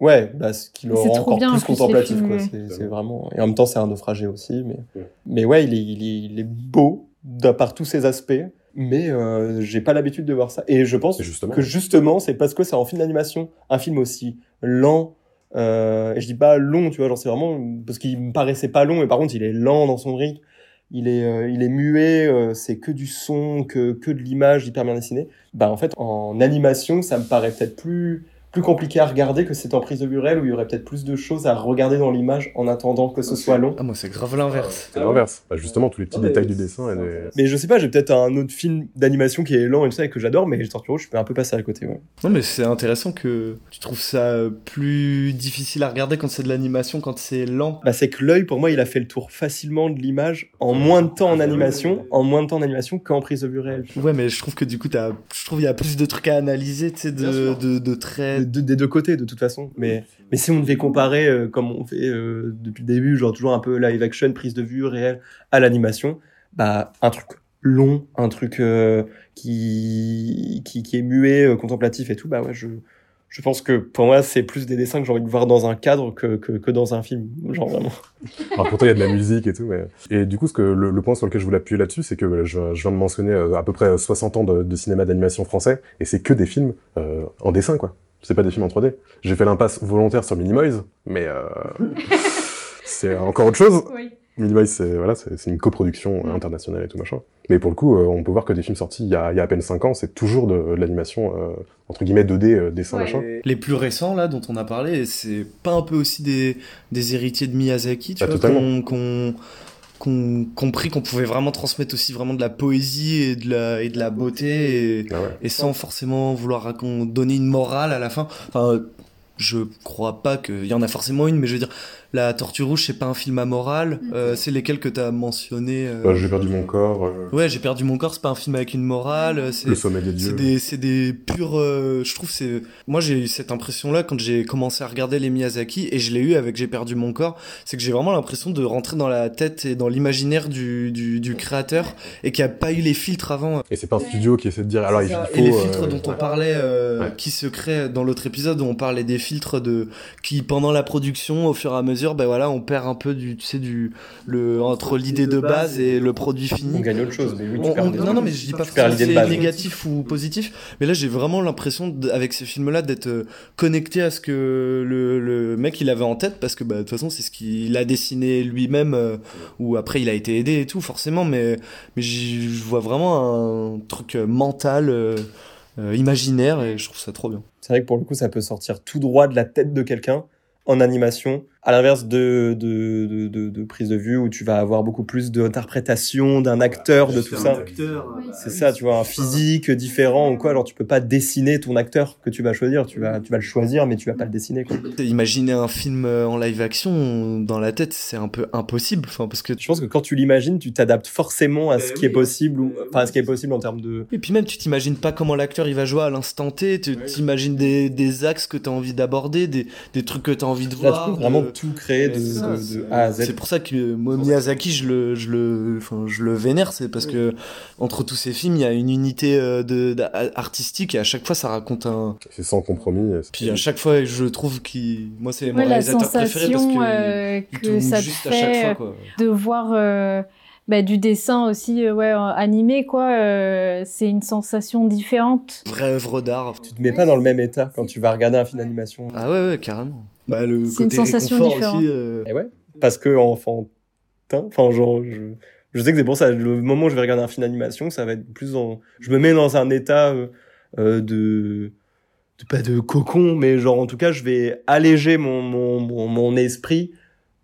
Speaker 5: Ouais, bah, ce qui le
Speaker 2: C'est
Speaker 5: rend
Speaker 2: trop
Speaker 5: encore
Speaker 2: bien, en
Speaker 5: plus
Speaker 2: plus, les
Speaker 5: contemplatif,
Speaker 2: films,
Speaker 5: quoi.
Speaker 2: ouais.
Speaker 5: C'est- C'est vraiment. Et en même temps, c'est un naufragé aussi, mais.
Speaker 1: Ouais.
Speaker 5: Mais ouais, il est, il est, il est beau, d'un- par tous ses aspects, mais euh, j'ai pas l'habitude de voir ça. Et je pense
Speaker 1: Et justement.
Speaker 5: que justement, c'est parce que c'est un film d'animation, un film aussi lent. Euh, et je dis pas long, tu vois, genre c'est vraiment parce qu'il me paraissait pas long, mais par contre il est lent dans son rythme, il est, euh, il est muet, euh, c'est que du son, que, que de l'image hyper bien dessinée. Bah en fait en animation, ça me paraît peut-être plus plus compliqué à regarder que c'est en prise de Burel où il y aurait peut-être plus de choses à regarder dans l'image en attendant que ce soit long.
Speaker 4: Ah, moi, c'est grave l'inverse.
Speaker 1: C'est l'inverse. Bah, justement, tous les
Speaker 5: Ah,
Speaker 1: petits
Speaker 6: Ouais,
Speaker 1: détails du
Speaker 6: c'est-
Speaker 1: dessin. Et
Speaker 6: c'est
Speaker 1: des...
Speaker 6: intéressant.
Speaker 5: Mais je sais pas, j'ai peut-être un autre film d'animation qui est lent et tout ça et que j'adore, mais Tortue Rouge, je peux un peu passer à côté. Ouais.
Speaker 4: Non, mais c'est intéressant que tu trouves ça euh, plus difficile à regarder quand c'est de l'animation, quand c'est lent.
Speaker 5: Bah, c'est que l'œil, pour moi, il a fait le tour facilement de l'image en moins de temps en animation, en moins de temps en animation qu'en prise de vue réelle.
Speaker 4: Ouais, mais je trouve que du coup, t'as- je trouve il y a plus de trucs à analyser, tu sais,
Speaker 6: Bien
Speaker 4: de,
Speaker 6: sûr.
Speaker 4: de, de traits.
Speaker 5: De- de- des deux côtés, de toute façon. Mais, mais si on devait comparer, euh, comme on fait euh, depuis le début, genre toujours un peu live action, prise de vue réelle, à l'animation, bah, un truc long, un truc euh, qui, qui, qui est muet, euh, contemplatif et tout, bah ouais, je, je pense que pour moi, c'est plus des dessins que j'ai envie de voir dans un cadre que, que, que dans un film. Genre vraiment.
Speaker 1: Alors pourtant, il y a de la musique et tout. Mais... Et du coup, ce que le, le point sur lequel je voulais appuyer là-dessus, c'est que voilà, je, je viens de mentionner euh, à peu près 60 ans de, de cinéma d'animation français, et c'est que des films euh, en dessin, quoi. C'est pas des films en 3D. J'ai fait l'impasse volontaire sur Minimoys, mais euh, c'est encore autre chose.
Speaker 3: Oui.
Speaker 1: Minimoys, c'est voilà, c'est c'est une coproduction euh, internationale et tout machin. Mais pour le coup, euh, on peut voir que des films sortis il y a, il y a à peine 5 ans, c'est toujours de, de l'animation euh, entre guillemets 2D, euh, dessin
Speaker 3: Ouais.
Speaker 1: machin.
Speaker 4: Les plus récents, là, dont on a parlé, c'est pas un peu aussi des, des héritiers de Miyazaki, tu
Speaker 1: Ah,
Speaker 4: vois,
Speaker 1: totalement.
Speaker 4: qu'on qu'on- qu'on- compris qu'on pouvait vraiment transmettre aussi vraiment de la poésie et de la, et de la beauté, et,
Speaker 1: Ah ouais.
Speaker 4: et sans forcément vouloir racon- donner une morale à la fin. Enfin, euh, je crois pas qu'il y en a forcément une, mais je veux dire, La Tortue Rouge, c'est pas un film à morale, euh, c'est lesquels que t'as mentionné. euh,
Speaker 1: Bah, J'ai perdu mon corps. euh,
Speaker 4: Ouais, j'ai perdu mon corps, c'est pas un film avec une morale, euh, c'est
Speaker 1: le sommet des dieux.
Speaker 4: c'est des, c'est des purs. euh, je trouve c'est. Moi j'ai eu cette impression là quand j'ai commencé à regarder les Miyazaki et je l'ai eu avec J'ai perdu mon corps. C'est que j'ai vraiment l'impression de rentrer dans la tête et dans l'imaginaire du, du, du créateur et qui a pas eu les filtres avant.
Speaker 1: Et c'est pas un studio qui essaie de dire alors il
Speaker 4: C'est ça.
Speaker 1: faut.
Speaker 4: et les filtres
Speaker 1: euh,
Speaker 4: dont on parlait, euh,
Speaker 1: Ouais.
Speaker 4: qui se créent dans l'autre épisode où on parlait des filtres de qui pendant la production, au fur et à mesure, mesure, ben voilà, on perd un peu du, tu sais, du, le, entre l'idée de base et le produit
Speaker 5: On
Speaker 4: fini.
Speaker 5: gagne autre chose, mais oui, tu
Speaker 4: On-
Speaker 5: perds
Speaker 4: on-
Speaker 5: des-
Speaker 4: non, non, mais je dis pas
Speaker 5: tu perds
Speaker 4: que
Speaker 5: l'idée de
Speaker 4: c'est
Speaker 5: base.
Speaker 4: négatif ou positif, mais là j'ai vraiment l'impression d- avec ces films-là d'être euh, connecté à ce que le, le mec il avait en tête parce que bah, de toute façon c'est ce qu'il a dessiné lui-même euh, ou après il a été aidé et tout forcément, mais, mais j'y- je vois vraiment un truc euh, mental, euh, euh, imaginaire et je trouve ça trop bien.
Speaker 5: C'est vrai que pour le coup, ça peut sortir tout droit de la tête de quelqu'un en animation, à l'inverse de, de, de, de, de prise de vue où tu vas avoir beaucoup plus d'interprétation d'un acteur, de tout ça. C'est ça, tu vois, un physique différent ou quoi. Genre, tu peux pas dessiner ton acteur que tu vas choisir. Tu vas, tu vas le choisir, mais tu vas pas le dessiner. Quoi.
Speaker 4: Imaginer un film euh, en live action dans la tête c'est un peu impossible, enfin parce que
Speaker 5: Je pense que quand tu l'imagines, tu t'adaptes forcément à ce
Speaker 3: Eh
Speaker 5: qui
Speaker 3: oui.
Speaker 5: est possible, ou,
Speaker 3: Eh oui.
Speaker 5: enfin, à ce qui est possible en termes de.
Speaker 4: Et puis même, tu t'imagines pas comment l'acteur il va jouer à l'instant T, tu
Speaker 3: Ouais.
Speaker 4: t'imagines des, des axes que t'as envie d'aborder, des, des trucs que t'as envie de
Speaker 5: Là, tu
Speaker 4: voir.
Speaker 5: peux vraiment
Speaker 4: de-
Speaker 5: tout créer de,
Speaker 4: Ouais, c'est ça,
Speaker 5: de- de
Speaker 4: c'est-
Speaker 5: A à Z.
Speaker 4: C'est pour ça que euh, moi, Miyazaki, je le, je le, enfin, je le vénère, c'est parce que entre tous ces films, il y a une unité euh, de, d'a- artistique et à chaque fois, ça raconte un.
Speaker 1: C'est sans compromis. et c'est-
Speaker 4: Puis à chaque fois, je trouve qu'il, moi, c'est mon
Speaker 2: Ouais, la
Speaker 4: réalisateur préféré parce
Speaker 2: sensation
Speaker 4: que
Speaker 2: euh,
Speaker 4: il
Speaker 2: que
Speaker 4: tourne
Speaker 2: ça te
Speaker 4: juste à chaque fois.
Speaker 2: fait euh,
Speaker 4: Quoi.
Speaker 2: de voir euh, bah, du dessin aussi euh, ouais, euh, animé, quoi. euh, c'est une sensation différente.
Speaker 4: Vraie œuvre d'art.
Speaker 5: Tu te mets pas dans le même état quand tu vas regarder un film d'animation.
Speaker 4: Ah ouais, ouais, carrément. Bah, le
Speaker 2: C'est une
Speaker 4: côté
Speaker 2: sensation
Speaker 4: réconfort
Speaker 2: différente.
Speaker 4: aussi. euh,
Speaker 5: Et ouais, parce que enfantin, enfin genre je, je sais que c'est pour ça le moment où je vais regarder un film d'animation, ça va être plus en je me mets dans un état euh, euh, de, de pas de cocon mais genre en tout cas, je vais alléger mon mon mon, mon esprit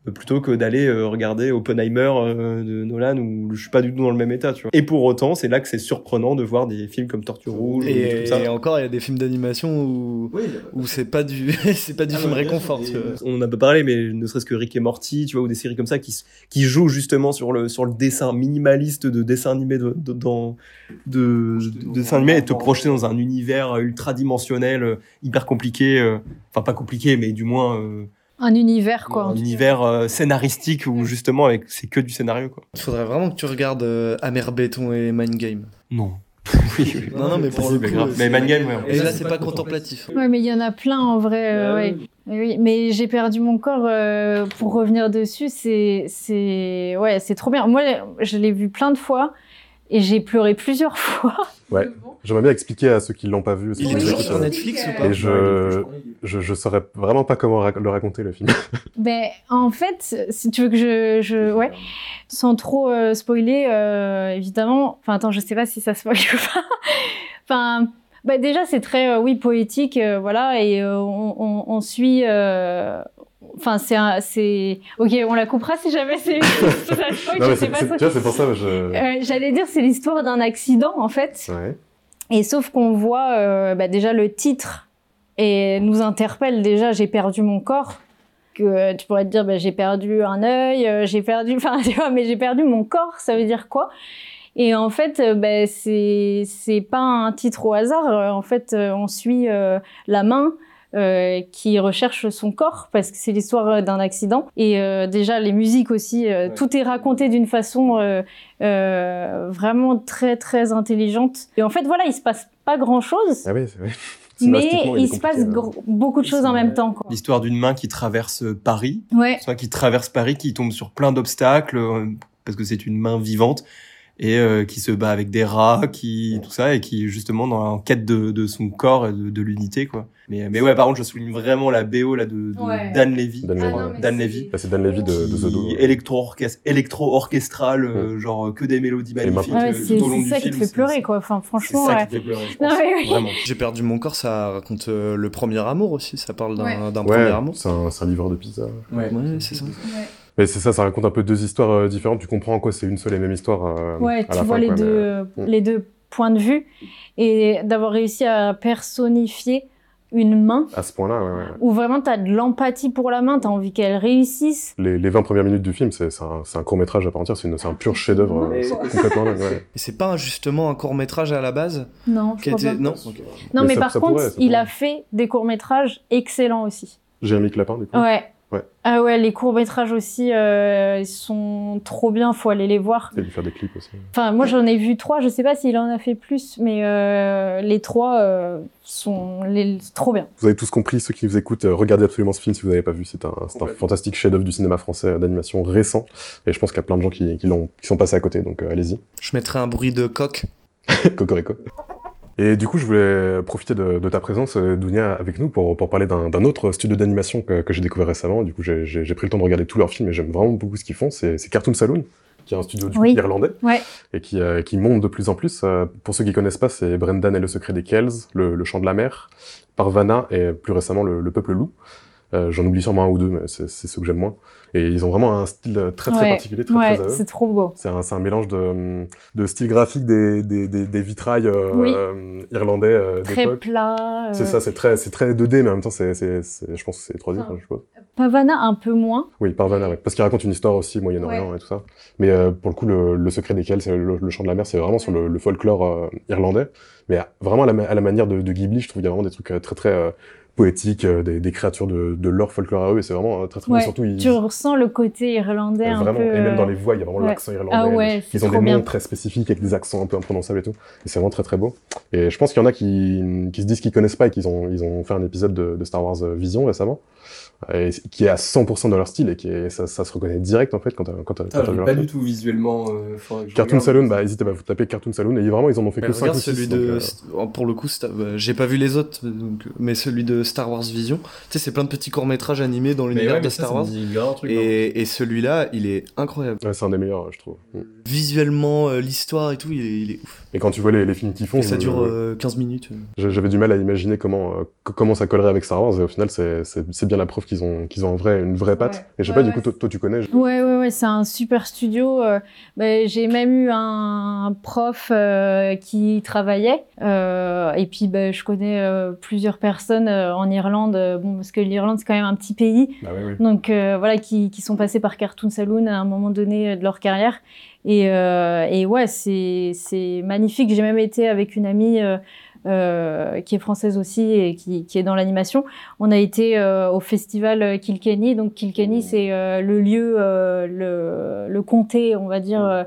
Speaker 5: euh, plutôt que d'aller euh, regarder Oppenheimer euh, de Nolan où je suis pas du tout dans le même état, tu vois. Et pour autant, c'est là que c'est surprenant de voir des films comme Tortue Rouge ou des trucs
Speaker 4: Et,
Speaker 5: comme ça.
Speaker 4: et encore, il y a des films d'animation où, où c'est pas du, c'est pas du
Speaker 3: Ah
Speaker 4: film
Speaker 3: ouais, bien
Speaker 4: réconfort.
Speaker 3: sûr,
Speaker 4: tu vois.
Speaker 3: et-
Speaker 5: Euh, on en a pas parlé, mais ne serait-ce que Rick et Morty, tu vois, ou des séries comme ça qui, s- qui jouent justement sur le, sur le dessin minimaliste de dessin animé de, de- dans, de, de dessin animé et te projeter dans un univers ultra dimensionnel, euh, hyper compliqué, euh, enfin pas compliqué, mais du moins euh,
Speaker 2: Un univers, quoi.
Speaker 5: un univers euh, scénaristique où justement avec c'est que du scénario quoi.
Speaker 4: Il faudrait vraiment que tu regardes euh, Amer Béton et Mind Game.
Speaker 5: Non. oui, oui.
Speaker 4: Non, non, mais pour le
Speaker 5: Mais
Speaker 4: coup,
Speaker 5: grave.
Speaker 4: c'est-
Speaker 5: Mais Man Game, ouais, en
Speaker 4: Et
Speaker 5: fait.
Speaker 4: là, c'est pas contemplatif.
Speaker 2: Ouais, mais il y en a plein en vrai.
Speaker 4: Bah
Speaker 2: euh, ouais. Mais oui, mais j'ai perdu mon corps. euh, pour revenir dessus, c'est c'est ouais, c'est trop bien. Moi, je l'ai vu plein de fois et j'ai pleuré plusieurs fois.
Speaker 1: Ouais. J'aimerais bien expliquer à ceux qui l'ont pas vu. ceux
Speaker 4: Il
Speaker 1: qui
Speaker 4: est
Speaker 1: nous
Speaker 4: toujours
Speaker 1: écoutent,
Speaker 4: sur
Speaker 1: euh,
Speaker 4: Netflix ou pas
Speaker 1: Et je... Je, je saurais vraiment pas comment rac- le raconter le film.
Speaker 2: Ben en fait, si tu veux que je je ouais, sans trop euh, spoiler euh, évidemment. Enfin attends, je sais pas si ça spoil ou pas. enfin bah déjà c'est très euh, oui poétique euh, voilà et euh, on, on, on suit euh, Enfin, c'est un- c'est. Ok, on la coupera si jamais c'est. ça spoil,
Speaker 1: Non,
Speaker 2: je
Speaker 1: mais
Speaker 2: sais
Speaker 1: c'est,
Speaker 2: pas
Speaker 1: c'est-
Speaker 2: ça-
Speaker 1: tu vois, c'est pour ça que je.
Speaker 2: Euh, J'allais dire, c'est l'histoire d'un accident, en fait.
Speaker 1: Ouais.
Speaker 2: Et sauf qu'on voit euh, bah, déjà le titre et nous interpelle déjà, j'ai perdu mon corps. Que euh, tu pourrais te dire, bah, j'ai perdu un œil, euh, j'ai perdu, enfin, tu vois, mais j'ai perdu mon corps, ça veut dire quoi Et en fait, euh, bah, c'est c'est pas un titre au hasard. Euh, En fait, euh, on suit euh, la main. euh, qui recherche son corps parce que c'est l'histoire euh, d'un accident et euh, déjà les musiques aussi euh, tout est raconté d'une façon euh, euh, vraiment très très intelligente. Et en fait, voilà, il se passe pas grand chose,
Speaker 1: Ah oui, c'est vrai.
Speaker 2: mais
Speaker 1: Scénaristiquement,
Speaker 2: il hein.
Speaker 1: est
Speaker 2: se passe
Speaker 1: compliqué, hein.
Speaker 2: gro- beaucoup de choses en même temps. Quoi.
Speaker 5: L'histoire d'une main qui traverse euh, Paris,
Speaker 2: Ouais.
Speaker 5: soit qui traverse Paris, qui tombe sur plein d'obstacles euh, parce que c'est une main vivante et euh, qui se bat avec des rats, qui tout ça et qui justement dans en quête de, de son corps, et de, de l'unité quoi. Mais mais ouais, par contre, je souligne vraiment la BO là de, de
Speaker 2: Ouais.
Speaker 5: Dan Levy,
Speaker 1: Dan
Speaker 2: Ah
Speaker 1: Levy.
Speaker 5: Ah non, mais Dan Levy.
Speaker 1: Bah, c'est Dan Levy de, de The Dodo. ouais.
Speaker 5: électro-orchestre, électro-orchestral, euh, genre euh, que des mélodies magnifiques
Speaker 1: Ouais,
Speaker 2: Ouais,
Speaker 5: euh,
Speaker 2: c'est
Speaker 5: tout au long
Speaker 2: c'est
Speaker 5: du
Speaker 2: ça qui
Speaker 5: film.
Speaker 2: te fait
Speaker 5: c'est-
Speaker 2: pleurer, quoi. Enfin,
Speaker 5: C'est
Speaker 2: franchement,
Speaker 5: ça
Speaker 2: ouais.
Speaker 5: qui te fait pleurer. je
Speaker 2: Non,
Speaker 5: pense.
Speaker 2: mais oui.
Speaker 5: Vraiment.
Speaker 4: J'ai perdu mon corps, ça raconte euh, le premier amour aussi. Ça parle d'un
Speaker 2: Ouais.
Speaker 4: d'un premier
Speaker 1: Ouais,
Speaker 4: amour.
Speaker 1: c'est un, c'est un livreur de pizza.
Speaker 4: Ouais, c'est ça.
Speaker 1: Mais c'est ça, ça raconte un peu deux histoires euh, différentes. Tu comprends en quoi c'est une seule et même histoire. euh, à
Speaker 2: Ouais,
Speaker 1: la
Speaker 2: tu
Speaker 1: fin,
Speaker 2: vois les
Speaker 1: quoi, mais-
Speaker 2: deux, euh,
Speaker 1: Mm.
Speaker 2: les deux points de vue et d'avoir réussi à personnifier une main
Speaker 1: À ce point-là, ouais, ouais.
Speaker 2: où vraiment t'as de l'empathie pour la main, t'as envie qu'elle réussisse.
Speaker 1: Les, les 20 premières minutes du film, c'est c'est un, c'est un court-métrage à part entière, c'est une- c'est un pur chef-d'œuvre euh, complètement dingue, ouais.
Speaker 4: Et c'est pas un- justement un court métrage à la base
Speaker 2: Non,
Speaker 4: qui
Speaker 2: je
Speaker 4: a
Speaker 2: crois
Speaker 4: été.
Speaker 2: pas.
Speaker 4: Non.
Speaker 2: Non,
Speaker 1: Mais
Speaker 2: mais
Speaker 1: ça-
Speaker 2: par
Speaker 1: ça
Speaker 2: contre,
Speaker 1: pourrait, ça
Speaker 2: il
Speaker 1: pourrait.
Speaker 2: a fait des courts métrages excellents aussi.
Speaker 1: Jérémy Clapin, du coup.
Speaker 2: Ouais,
Speaker 1: Ouais.
Speaker 2: Ah ouais, les courts-métrages aussi, euh, ils sont trop bien, faut aller les voir.
Speaker 1: Et lui faire des clips aussi.
Speaker 2: Enfin, moi j'en ai vu trois, je sais pas s'il en a fait plus, mais euh, les trois euh, sont les, trop bien.
Speaker 1: Vous avez tous compris, ceux qui vous écoutent, euh, regardez absolument ce film si vous n'avez pas vu. C'est un, c'est un
Speaker 5: Ouais.
Speaker 1: fantastique chef-d'œuvre du cinéma français euh, d'animation récent. Et je pense qu'il y a plein de gens qui, qui, l'ont- qui sont passés à côté, donc euh, allez-y.
Speaker 4: Je mettrais un bruit de coq.
Speaker 1: Cocorico. Et du coup, je voulais profiter de, de ta présence, euh, Dounia, avec nous pour, pour parler d'un d'un autre studio d'animation que, que j'ai découvert récemment. Du coup, j'ai- j'ai j'ai pris le temps de regarder tous leurs films et j'aime vraiment beaucoup ce qu'ils font. C'est c'est Cartoon Saloon, qui est un studio du coup,
Speaker 2: Oui.
Speaker 1: irlandais
Speaker 2: Ouais.
Speaker 1: et qui, euh, qui monte de plus en plus. Euh, Pour ceux qui connaissent pas, c'est Brendan et le secret des Kells, le, le chant de la mer, Parvana et plus récemment le, le peuple loup. Euh, J'en oublie sûrement un ou deux, mais c'est c'est ceux que j'aime moins. Et ils ont vraiment un style euh, très très
Speaker 2: Ouais.
Speaker 1: particulier, très
Speaker 2: ouais,
Speaker 1: très à eux.
Speaker 2: c'est trop beau.
Speaker 1: C'est un, c'est un mélange de, hum, de style graphique des, des, des, des vitrailles euh,
Speaker 2: Oui.
Speaker 1: euh, irlandais euh,
Speaker 2: Très
Speaker 1: d'époque.
Speaker 2: plat. euh,
Speaker 1: C'est ça, c'est très, c'est très 2D, mais en même temps, c'est, c'est, c'est- je pense que c'est 3D,
Speaker 2: Enfin.
Speaker 1: je suppose.
Speaker 2: Pavana un peu moins.
Speaker 1: Oui, Parvana, ouais. parce qu'il raconte une histoire aussi, Moyen-Orient et tout ça. Mais euh, pour le coup, le, le secret desquels, c'est le, le chant de la mer, c'est vraiment sur le, le folklore euh, irlandais. Mais à- vraiment à la, ma- à la manière de, de Ghibli, je trouve qu'il y a vraiment des trucs euh, très très euh, poétiques, euh, des, des créatures de, de leur folklore à eux, et c'est vraiment euh, très très...
Speaker 2: Ouais,
Speaker 1: et surtout, ils,
Speaker 2: Tu ressens le côté irlandais un
Speaker 1: vraiment,
Speaker 2: peu.
Speaker 1: et même dans les
Speaker 2: euh,
Speaker 1: voix, il y a vraiment
Speaker 2: ouais.
Speaker 1: l'accent irlandais.
Speaker 2: Ah
Speaker 1: le-
Speaker 2: ouais, c'est
Speaker 1: ils ont des
Speaker 2: trop
Speaker 1: noms
Speaker 2: bien.
Speaker 1: très spécifiques avec des accents un peu imprononçables et tout. Et c'est vraiment très très beau. Et je pense qu'il y en a qui, qui se disent qu'ils connaissent pas et qu'ils ont, ils ont fait un épisode de, de Star Wars euh, Vision récemment, et c- qui est à 100% dans leur style et qui est, ça, ça se reconnaît direct en fait quand t'as quand t'as-
Speaker 4: Ah,
Speaker 1: quand t'as
Speaker 5: Putain, je
Speaker 1: vu
Speaker 5: l'ai
Speaker 1: leur
Speaker 5: pas
Speaker 1: film.
Speaker 5: du tout visuellement. euh, faudrait que je
Speaker 1: Cartoon
Speaker 5: regarde.
Speaker 1: Saloon, bah n'hésitez pas, vous tapez Cartoon Saloon et vraiment ils en ont fait
Speaker 4: Bah,
Speaker 1: que 5
Speaker 4: regarde
Speaker 1: ou euh, 6.
Speaker 4: celui de. St- Pour le coup, Sta- bah, j'ai pas vu les autres, donc, mais celui de Star Wars Vision. Tu sais, c'est plein de petits courts-métrages animés dans
Speaker 5: Mais
Speaker 4: l'univers
Speaker 5: ouais,
Speaker 4: de
Speaker 5: mais ça,
Speaker 4: Star
Speaker 5: ça
Speaker 4: Wars.
Speaker 5: me dit grave un truc. hein.
Speaker 4: Et, et celui-là, il est incroyable.
Speaker 1: c'est un des meilleurs, je trouve.
Speaker 4: Hmm.
Speaker 1: Mm.
Speaker 4: Visuellement, euh, l'histoire et tout, il est, il est ouf.
Speaker 1: Et quand tu vois les, les films qu'ils font,
Speaker 4: Et ça
Speaker 1: je-
Speaker 4: dure euh, 15 minutes. euh.
Speaker 1: Je- J'avais du mal à imaginer comment euh, co- comment ça collerait avec Star Wars et au final c'est c'est c'est bien la preuve qu'ils ont qu'ils ont un vrai une vraie patte
Speaker 2: Ouais.
Speaker 1: et je sais pas
Speaker 2: Ouais,
Speaker 1: du
Speaker 2: ouais.
Speaker 1: coup toi, toi, tu connais je-
Speaker 2: Ouais, ouais, ouais, c'est un super studio. euh, ben, j'ai même eu un prof euh, qui y travaillait. euh, et puis, ben, je connais euh, plusieurs personnes euh, en Irlande. euh, bon, parce que l'Irlande, c'est quand même un petit pays.
Speaker 4: Bah
Speaker 2: Donc, euh, voilà, qui, qui sont passés par Cartoon Saloon à un moment donné euh, de leur carrière. Et, euh, et ouais, c'est, c'est magnifique. J'ai même été avec une amie euh, euh, qui est française aussi et qui, qui est dans l'animation. On a été euh, au festival Kilkenny. Donc Kilkenny, c'est euh, le lieu, euh, le, le comté, on va dire, euh,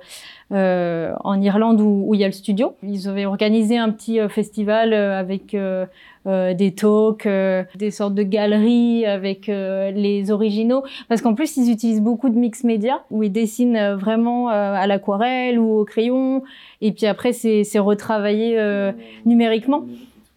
Speaker 2: euh, en Irlande où où il y a le studio. Ils avaient organisé un petit euh, festival euh, avec euh, euh, des talks, euh, des sortes de galeries avec euh, les originaux. Parce qu'en plus, ils utilisent beaucoup de mix média où ils dessinent euh, vraiment euh, à l'aquarelle ou au crayon. Et puis après, c'est c'est retravaillé euh, numériquement.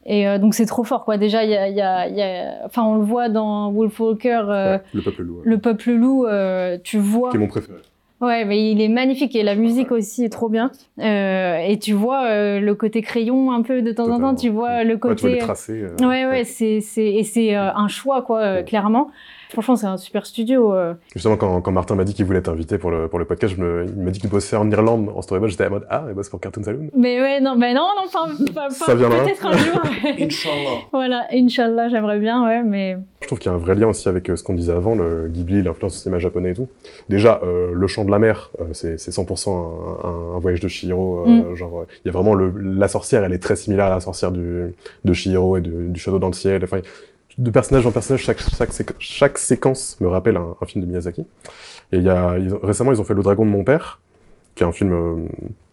Speaker 2: Et euh, donc c'est trop fort quoi. Déjà il y a, il y a- il y a- enfin on le voit dans Wolf Walker, euh,
Speaker 1: Ouais, le peuple loup ouais,
Speaker 2: le peuple loup, euh, tu vois.
Speaker 1: qui est mon préféré.
Speaker 2: Ouais, mais il est magnifique et la musique aussi est trop bien. Euh, et tu vois euh, le côté crayon un peu de temps en
Speaker 1: Totalement.
Speaker 2: temps. Tu vois le
Speaker 1: Ouais, tu vois les
Speaker 2: côté.
Speaker 1: tracés. euh,
Speaker 2: ouais ouais, c'est c'est et c'est euh, un choix quoi euh, clairement. Franchement c'est un super studio. euh.
Speaker 1: Justement quand, quand Martin m'a dit qu'il voulait t'inviter pour le pour le podcast, je me, il m'a dit qu'il bossait en Irlande en storyboard, j'étais en mode ah il bosse pour Cartoon Saloon.
Speaker 2: Mais ouais non bah non non pas, pas,
Speaker 1: Ça
Speaker 2: pas-
Speaker 1: viendra.
Speaker 2: peut-être un jour.
Speaker 4: Inch'Allah.
Speaker 2: voilà, Inch'Allah j'aimerais bien ouais mais
Speaker 1: Je trouve qu'il y a un vrai lien aussi avec euh, ce qu'on disait avant, le Ghibli, l'influence du cinéma japonais et tout. Déjà, euh, le chant de la mer, euh, c'est c'est 100% un, un- un voyage de Shihiro.
Speaker 2: Mm.
Speaker 1: euh, Genre, euh, il y a vraiment le, la sorcière, elle est très similaire à la sorcière du, de Shihiro et de- du Shadow dans le ciel. Enfin, de personnage en personnage, chaque, chaque, séqu- chaque séquence me rappelle un, un film de Miyazaki. Et il y a, ils ont- récemment, ils ont fait Le Dragon de mon père, qui est un film euh,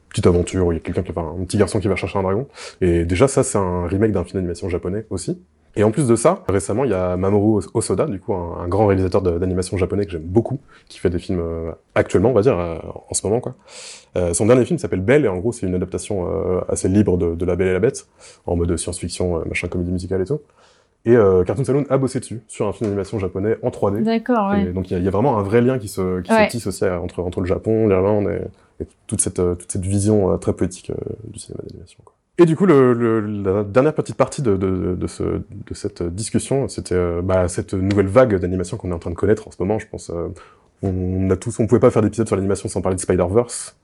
Speaker 1: petite aventure où il y a quelqu'un qui, enfin, un petit garçon qui va chercher un dragon. Et déjà, ça, c'est un remake d'un film d'animation japonais aussi. Et en plus de ça, récemment, il y a Mamoru Os- Osoda, du coup, un, un grand réalisateur de- d'animation japonais que j'aime beaucoup, qui fait des films euh, actuellement, on va dire, euh, en ce moment, quoi. Euh, son dernier film s'appelle Belle, et en gros, c'est une adaptation euh, assez libre de, de La Belle et la Bête, en mode science-fiction, euh, machin, comédie musicale et tout. Et euh, Cartoon Saloon a bossé dessus, sur un film d'animation japonais en 3D.
Speaker 2: d'accord ouais.
Speaker 1: Et donc il y, a- il y a vraiment un vrai lien qui se, qui se
Speaker 2: Ouais.
Speaker 1: tisse aussi euh, entre, entre le Japon, l'Irlande et, et toute, cette, euh, toute cette vision euh, très poétique euh, du cinéma d'animation. quoi. Et du coup, le, le- la dernière petite partie de, de, de, ce, de cette discussion, c'était euh, bah, cette nouvelle vague d'animation qu'on est en train de connaître en ce moment. Je pense euh, on a tous, on pouvait pas faire d'épisode sur l'animation sans parler de Spider-Verse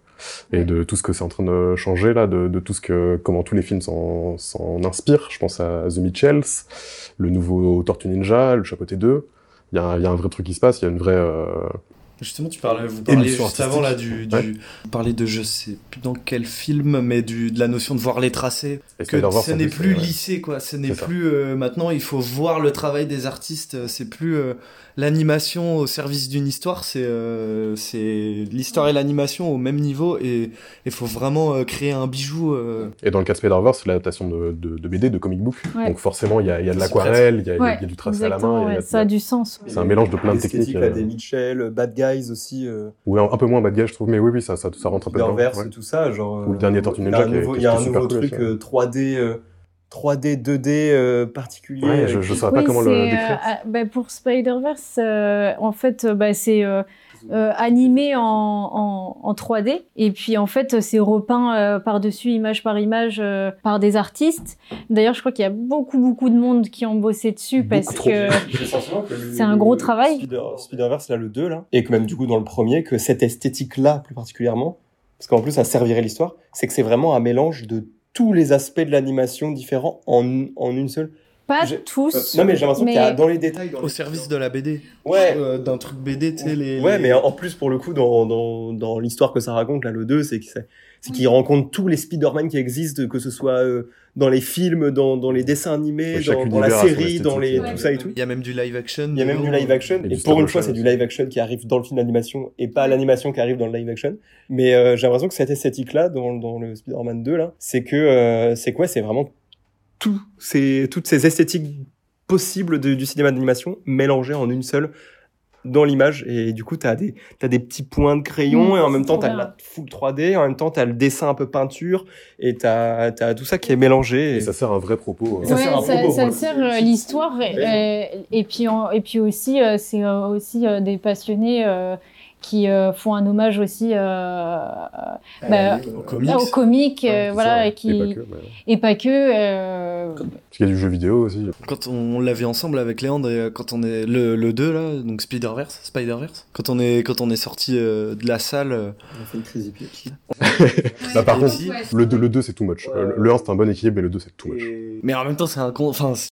Speaker 1: et de tout ce que c'est en train de changer là, de, de tout ce que, comment tous les films s'en s'en inspirent. Je pense à The Mitchells, le nouveau Tortue Ninja, le Chapeauté 2. Il y a, un- il y a un vrai truc qui se passe, il y a une vraie, euh,
Speaker 4: Justement, tu parlais, vous parliez
Speaker 1: Émission
Speaker 4: juste avant là du,
Speaker 1: artistique.
Speaker 4: du vous parliez de je sais plus dans quel film, mais du de la notion de voir les tracés.
Speaker 1: Et
Speaker 4: Que
Speaker 1: Spider-Verse,
Speaker 4: ce
Speaker 1: en
Speaker 4: n'est
Speaker 1: plus, euh,
Speaker 4: plus
Speaker 1: ouais.
Speaker 4: lycée quoi, ce n'est
Speaker 1: C'est ça.
Speaker 4: plus euh, maintenant. Il faut voir le travail des artistes. euh, C'est plus euh, l'animation au service d'une histoire. C'est euh, c'est l'histoire et l'animation au même niveau et il faut vraiment euh, créer un bijou. euh,
Speaker 1: Et dans le cas de Spider-Verse, c'est l'adaptation de, de, de BD, de comic book.
Speaker 2: Ouais.
Speaker 1: Donc forcément, il y a, il y a de
Speaker 4: C'est
Speaker 1: l'aquarelle, il y, a- il y a
Speaker 2: Ouais,
Speaker 1: il y a du tracé à la main. il y a-
Speaker 2: ouais, ça a du sens. ouais.
Speaker 1: C'est un mélange de plein de
Speaker 5: L'esthétique,
Speaker 1: techniques,
Speaker 5: là,
Speaker 1: euh.
Speaker 5: des Mitchell, Bad Guys aussi, euh,
Speaker 1: Ouais, un un peu moins bad guy, je trouve, mais oui, oui, ça, ça, ça rentre un peu dedans.
Speaker 5: Spider-Verse,
Speaker 1: Ouais.
Speaker 5: tout ça. Genre,
Speaker 1: Ou le
Speaker 5: euh,
Speaker 1: dernier Tortue
Speaker 5: il y
Speaker 1: Ninja
Speaker 5: a un
Speaker 1: qui est-
Speaker 5: nouveau,
Speaker 1: qui
Speaker 5: il y a
Speaker 1: était
Speaker 5: un
Speaker 1: super
Speaker 5: nouveau
Speaker 1: cool,
Speaker 5: truc
Speaker 1: ça.
Speaker 5: euh, 3D, euh, 3D, 2D euh, particulier.
Speaker 1: Ouais,
Speaker 5: avec-
Speaker 1: je, je saurais
Speaker 2: Oui,
Speaker 1: pas comment le
Speaker 2: c'est,
Speaker 1: décrire.
Speaker 2: euh, ah, bah, pour Spider-Verse, euh, en fait, euh, bah, c'est euh, euh, animé en, en, en 3D. Et puis, en fait, c'est repeint euh, par-dessus, image par image, euh, par des artistes. D'ailleurs, je crois qu'il y a beaucoup, beaucoup de monde qui ont bossé dessus parce
Speaker 5: Beaucoup trop.
Speaker 2: que...
Speaker 5: J'ai le sentiment que le-
Speaker 2: euh, C'est un gros
Speaker 5: le
Speaker 2: travail.
Speaker 5: Spider- Spider-Verse, là, le 2, là. Et que même, du coup, dans le premier, que cette esthétique-là, plus particulièrement, parce qu'en plus, ça servirait l'histoire, c'est que c'est vraiment un mélange de tous les aspects de l'animation différents en, en une seule.
Speaker 2: Pas
Speaker 5: J'ai- euh,
Speaker 2: tous.
Speaker 5: Non, mais j'ai l'impression qu'il y a dans les détails. dans
Speaker 4: au
Speaker 5: les-
Speaker 4: service de la BD.
Speaker 5: Ouais.
Speaker 4: Euh, d'un truc BD, tu sais les.
Speaker 5: Ouais,
Speaker 4: les-
Speaker 5: mais en plus, pour le coup, dans, dans, dans l'histoire que ça raconte, là, le 2, c'est que c'est- c'est qu'il rencontre tous les Spider-Man qui existent, que ce soit euh, dans les films, dans, dans les dessins animés,
Speaker 1: Oui, chaque
Speaker 5: dans, dans la
Speaker 1: univers a son
Speaker 5: série, dans les,
Speaker 2: esthétique,
Speaker 5: tout
Speaker 2: ouais.
Speaker 5: ça et tout.
Speaker 4: Il y a même du live action.
Speaker 5: Il y a même du live action.
Speaker 1: Et
Speaker 5: Et,
Speaker 1: du stop
Speaker 5: pour une
Speaker 1: motion
Speaker 5: fois, c'est du
Speaker 1: aussi.
Speaker 5: live action qui arrive dans le film d'animation et pas l'animation qui arrive dans le live action. Mais euh, j'ai l'impression que cette esthétique-là, dans, dans le Spider-Man 2, là, c'est que euh, c'est quoi C'est vraiment tout. C'est toutes ces esthétiques possibles de- du cinéma d'animation mélangées en une seule dans l'image. Et du coup, t'as des t'as des petits points de crayon
Speaker 2: Mmh,
Speaker 5: et en même
Speaker 2: c'est
Speaker 5: temps
Speaker 2: trop
Speaker 5: t'as
Speaker 2: bien.
Speaker 5: la full 3D, en même temps t'as le dessin un peu peinture et t'as t'as tout ça qui est mélangé.
Speaker 1: Et
Speaker 5: Et
Speaker 1: ça sert un vrai propos. euh,
Speaker 5: Ça
Speaker 2: Ouais,
Speaker 5: sert un
Speaker 2: ça,
Speaker 5: propos,
Speaker 2: ça
Speaker 5: voilà.
Speaker 2: sert euh, l'histoire et, et- et puis en- et puis aussi euh, c'est euh, aussi euh, des passionnés euh, qui euh, font un hommage aussi euh, bah,
Speaker 4: Euh, Au
Speaker 2: aux comiques euh,
Speaker 1: ouais, c'est
Speaker 2: voilà
Speaker 1: ça, ouais.
Speaker 2: et qui
Speaker 1: Et pas que, ouais. Parce
Speaker 2: et pas que euh,
Speaker 1: qu'il y a du jeu vidéo aussi.
Speaker 4: Quand on, on l'a vu ensemble avec Léandre, et euh, quand on est le, le 2 là, donc Spider-Verse, Spider-Verse, quand on est, quand on est sorti euh, de la salle, euh,
Speaker 1: Bah, par contre,
Speaker 4: ouais,
Speaker 1: le 2, le 2 c'est too much. Euh, Le 1 c'est un bon équilibre, mais le 2 c'est too much.
Speaker 4: mais en même temps c'est un con, enfin, c'est-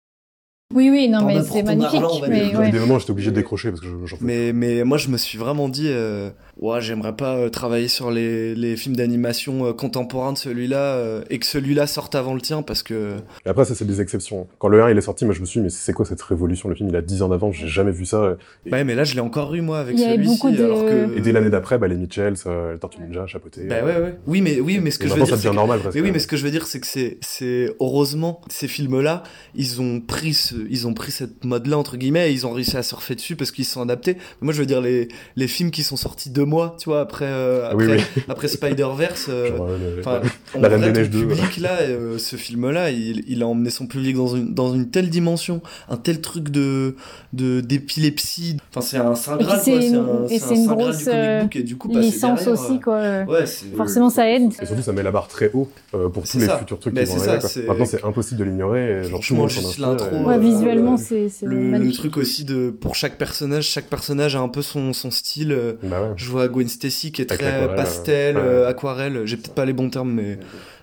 Speaker 2: oui oui non
Speaker 4: T'en
Speaker 2: mais
Speaker 4: as
Speaker 2: c'est
Speaker 4: pour ton
Speaker 2: magnifique
Speaker 4: argent, on va
Speaker 2: mais
Speaker 4: dire.
Speaker 1: Il y a
Speaker 2: ouais.
Speaker 1: des moments j'étais obligé de décrocher parce que je- j'en pouvais
Speaker 4: mais, mais moi je me suis vraiment dit, euh, ouais, j'aimerais pas euh, travailler sur les, les films d'animation euh, contemporains de celui-là euh, et que celui-là sorte avant le tien parce que
Speaker 1: Et après, ça, c'est des exceptions. Quand le 1 il est sorti, moi, je me suis dit, mais c'est quoi cette révolution Le film, il a 10 ans d'avance, j'ai jamais vu ça.
Speaker 4: ouais, mais là je l'ai encore eu moi avec
Speaker 2: Il y avait
Speaker 4: celui-ci,
Speaker 2: beaucoup de-
Speaker 4: alors que
Speaker 1: Et dès l'année d'après, bah, les Mitchells, euh, les Tortues Ninja, chapeauté.
Speaker 4: Bah ouais, ouais. Oui, mais oui, mais ce que je veux dire,
Speaker 1: ça
Speaker 4: c'est
Speaker 1: devient normal, presque.
Speaker 4: Mais oui, mais ce que je veux dire, c'est que c'est, c'est heureusement ces films-là, ils ont pris ce, ils ont pris cette mode-là entre guillemets, et ils ont réussi à surfer dessus parce qu'ils se sont adaptés. Mais moi, je veux dire les les films qui sont sortis deux mois, tu vois, après euh,
Speaker 1: Ah Oui,
Speaker 4: après, après Spider-Verse. euh,
Speaker 1: Genre, euh, le-
Speaker 4: Enfin, en
Speaker 1: La Reine
Speaker 4: vrai,
Speaker 1: des
Speaker 4: ton
Speaker 1: Neiges deux,
Speaker 4: public là, euh, ce film-là, il, il a emmené son public dans une, dans une telle dimension, un tel truc de, de d'épilepsie. Enfin, c'est un saint
Speaker 2: puis
Speaker 4: graal,
Speaker 2: c'est
Speaker 4: quoi, c'est
Speaker 2: une- et
Speaker 4: un, c'est un
Speaker 2: c'est une
Speaker 4: Saint Graal
Speaker 2: grosse,
Speaker 4: du comic
Speaker 2: euh,
Speaker 4: book, et du coup, passer
Speaker 2: licence
Speaker 4: derrière,
Speaker 2: aussi quoi euh,
Speaker 4: euh, Ouais, c'est-
Speaker 2: forcément ça aide
Speaker 1: Et surtout, ça met la barre très haut euh, pour tous
Speaker 4: C'est
Speaker 1: les
Speaker 4: ça.
Speaker 1: futurs trucs
Speaker 4: Mais
Speaker 1: qui vont
Speaker 4: c'est
Speaker 1: arriver.
Speaker 4: ça,
Speaker 1: quoi.
Speaker 4: c'est-
Speaker 1: Maintenant, c'est impossible de l'ignorer. et Genre, tout le
Speaker 4: Franchement,
Speaker 1: monde s'en
Speaker 4: juste
Speaker 1: inspire,
Speaker 4: l'intro,
Speaker 1: et-
Speaker 2: ouais,
Speaker 4: euh,
Speaker 2: visuellement
Speaker 4: le-
Speaker 2: c'est c'est
Speaker 4: le, le
Speaker 2: magnifique
Speaker 4: truc aussi de pour chaque personnage chaque personnage a un peu son, son style euh,
Speaker 1: Bah ouais.
Speaker 4: je vois Gwen Stacy qui est
Speaker 1: Avec
Speaker 4: très
Speaker 1: l'aquarelle,
Speaker 4: pastel
Speaker 1: ouais.
Speaker 4: euh, aquarelle j'ai peut-être pas les bons termes mais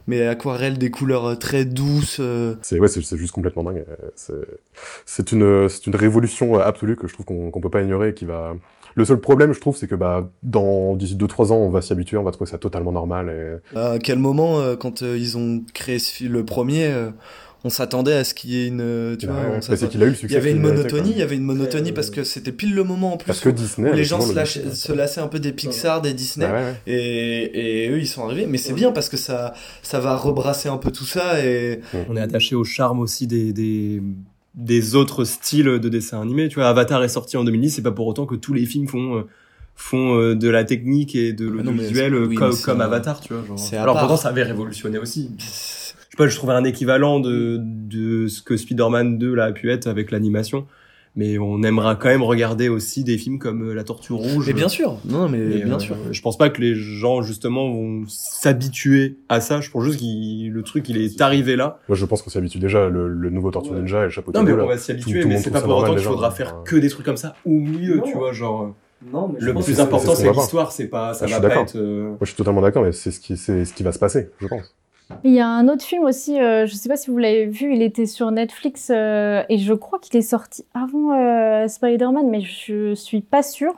Speaker 4: mais aquarelle des couleurs euh, très douces euh,
Speaker 1: C'est ouais, c'est c'est juste complètement dingue. Euh, c'est- C'est une c'est une révolution euh, absolue que je trouve qu'on qu'on peut pas ignorer, et qui va. Le seul problème, je trouve, c'est que bah dans d'ici 2-3 ans, on va s'y habituer, on va trouver ça totalement normal. Et...
Speaker 4: à quel moment euh, quand euh, ils ont créé ce fil- le premier euh, on s'attendait à ce qu'il y ait une euh, tu
Speaker 1: Bah,
Speaker 4: vois
Speaker 1: ouais.
Speaker 4: on
Speaker 1: Mais
Speaker 4: s'attend-
Speaker 1: c'est qu'il a eu le succès.
Speaker 4: il y avait une
Speaker 1: qu'il méritait,
Speaker 4: monotonie il
Speaker 1: quoi.
Speaker 4: y avait une monotonie parce que c'était pile le moment en
Speaker 1: Parce
Speaker 4: plus
Speaker 1: que Disney.
Speaker 4: où les
Speaker 1: avait
Speaker 4: gens
Speaker 1: toujours
Speaker 4: se,
Speaker 1: le-
Speaker 4: lâchaient- se lassaient un peu des Pixar des Disney
Speaker 1: Bah ouais, ouais.
Speaker 4: Et, et eux, ils sont arrivés. Mais c'est bien parce que ça, ça va rebrasser un peu tout ça. Et
Speaker 5: On est attaché au charme aussi des, des, des autres styles de dessins animés. Tu vois, Avatar est sorti en 2010, c'est pas pour autant que tous les films font, euh, font euh, de la technique et de
Speaker 4: Ah non, mais
Speaker 5: l'audiovisuel
Speaker 4: c'est-
Speaker 5: euh,
Speaker 4: oui,
Speaker 5: comme,
Speaker 4: mais c'est
Speaker 5: comme
Speaker 4: un-
Speaker 5: Avatar, tu vois. genre.
Speaker 4: c'est à
Speaker 5: Alors
Speaker 4: part.
Speaker 5: pourtant, ça avait révolutionné aussi. Je sais pas, je trouvais un équivalent de, de ce que Spider-Man 2 là, a pu être avec l'animation. Mais on aimera quand même regarder aussi des films comme euh, La Tortue Rouge.
Speaker 4: mais bien sûr. Non, mais
Speaker 5: Et,
Speaker 4: bien
Speaker 5: euh,
Speaker 4: sûr.
Speaker 5: Je pense pas que les gens justement vont s'habituer à ça. Je pense juste que le truc il est arrivé là.
Speaker 1: Moi, je pense qu'on s'y habitue déjà. Le, le nouveau Tortue
Speaker 5: Ouais.
Speaker 1: Ninja et le chapeau
Speaker 5: Non,
Speaker 1: de
Speaker 5: mais
Speaker 1: Dieu,
Speaker 5: on
Speaker 1: là.
Speaker 5: va s'y habituer,
Speaker 1: tout le
Speaker 5: mais
Speaker 1: monde
Speaker 5: c'est
Speaker 1: trouve
Speaker 5: pas
Speaker 1: ça
Speaker 5: pour
Speaker 1: normal,
Speaker 5: autant qu'il
Speaker 1: déjà,
Speaker 5: faudra
Speaker 1: hein.
Speaker 5: faire que des trucs comme ça au mieux,
Speaker 4: Non.
Speaker 5: tu vois, genre. euh, le
Speaker 1: pense que
Speaker 5: plus
Speaker 1: c'est-
Speaker 5: important,
Speaker 1: c'est ce
Speaker 5: c'est
Speaker 1: qu'on va
Speaker 5: l'histoire, c'est pas, ça
Speaker 1: Ah, je
Speaker 5: va
Speaker 1: suis
Speaker 5: pas
Speaker 1: d'accord.
Speaker 5: être. euh,
Speaker 1: Moi, je suis totalement d'accord, mais c'est ce qui c'est ce qui va se passer, je pense.
Speaker 2: Il y a un autre film aussi, euh, je ne sais pas si vous l'avez vu, il était sur Netflix euh, et je crois qu'il est sorti avant euh, Spider-Man, mais je suis pas sûre.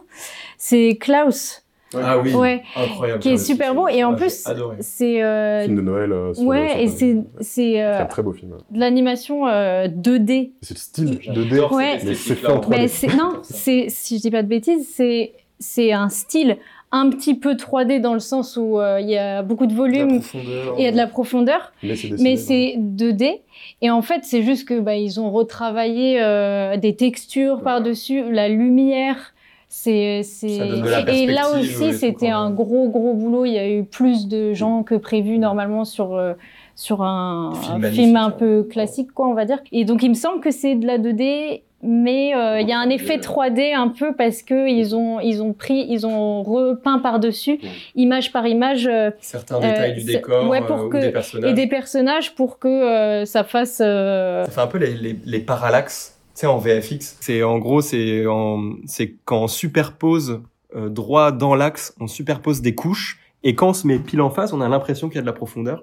Speaker 2: C'est Klaus,
Speaker 5: Ah oui,
Speaker 2: ouais,
Speaker 5: incroyable.
Speaker 2: qui est
Speaker 5: ça aussi,
Speaker 2: super
Speaker 5: c'est-
Speaker 2: beau et en
Speaker 5: ah, j'ai
Speaker 2: plus
Speaker 5: adoré.
Speaker 2: c'est euh,
Speaker 1: Film de Noël. euh, sur le- sur
Speaker 2: ouais et
Speaker 1: le-
Speaker 2: c'est c'est euh,
Speaker 1: C'est un très beau film. ouais.
Speaker 2: de l'animation euh, 2D.
Speaker 1: C'est le style de d
Speaker 5: J'adore cette
Speaker 2: Ouais.
Speaker 1: mais c'est fait
Speaker 5: esthétique-là,
Speaker 1: en
Speaker 5: en
Speaker 1: trois
Speaker 5: fait.
Speaker 2: Mais c'est non, c'est si je dis pas de bêtises, c'est c'est un style un petit peu 3D dans le sens où euh, il y a beaucoup de
Speaker 4: de la
Speaker 2: volume
Speaker 4: profondeur.
Speaker 2: et il y a de la profondeur.
Speaker 1: Mais c'est dessiné,
Speaker 2: Mais
Speaker 1: donc.
Speaker 2: c'est 2D. Et en fait, c'est juste que bah, ils ont retravaillé euh, des textures par-dessus, la lumière. C'est, c'est...
Speaker 5: Ça donne de la
Speaker 2: Et là
Speaker 5: perspective,
Speaker 2: aussi,
Speaker 5: les trucs
Speaker 2: c'était
Speaker 5: en-
Speaker 2: un gros, gros boulot. Il y a eu plus de gens que prévu normalement sur, euh, sur un
Speaker 5: Des films
Speaker 2: un
Speaker 5: magnifiques,
Speaker 2: film un
Speaker 5: hein.
Speaker 2: peu classique, quoi, on va dire. Et donc, il me semble que c'est de la 2D. Mais euh, il y a un effet 3D un peu parce que ils ont ils ont pris ils ont repeint par dessus
Speaker 1: Ouais.
Speaker 2: image par image euh,
Speaker 5: Certains
Speaker 2: Euh,
Speaker 5: détails du
Speaker 2: c'est-
Speaker 5: décor
Speaker 2: ouais, pour
Speaker 5: euh, ou
Speaker 2: que-
Speaker 5: des
Speaker 2: et
Speaker 5: personnages.
Speaker 2: des personnages pour que euh, ça fasse euh,
Speaker 5: Ça fait un peu les, les, les parallaxes, tu sais, en VFX. C'est en gros, c'est en- c'est quand on superpose euh, droit dans l'axe, on superpose des couches. Et quand on se met pile en face, on a l'impression qu'il y a de la profondeur.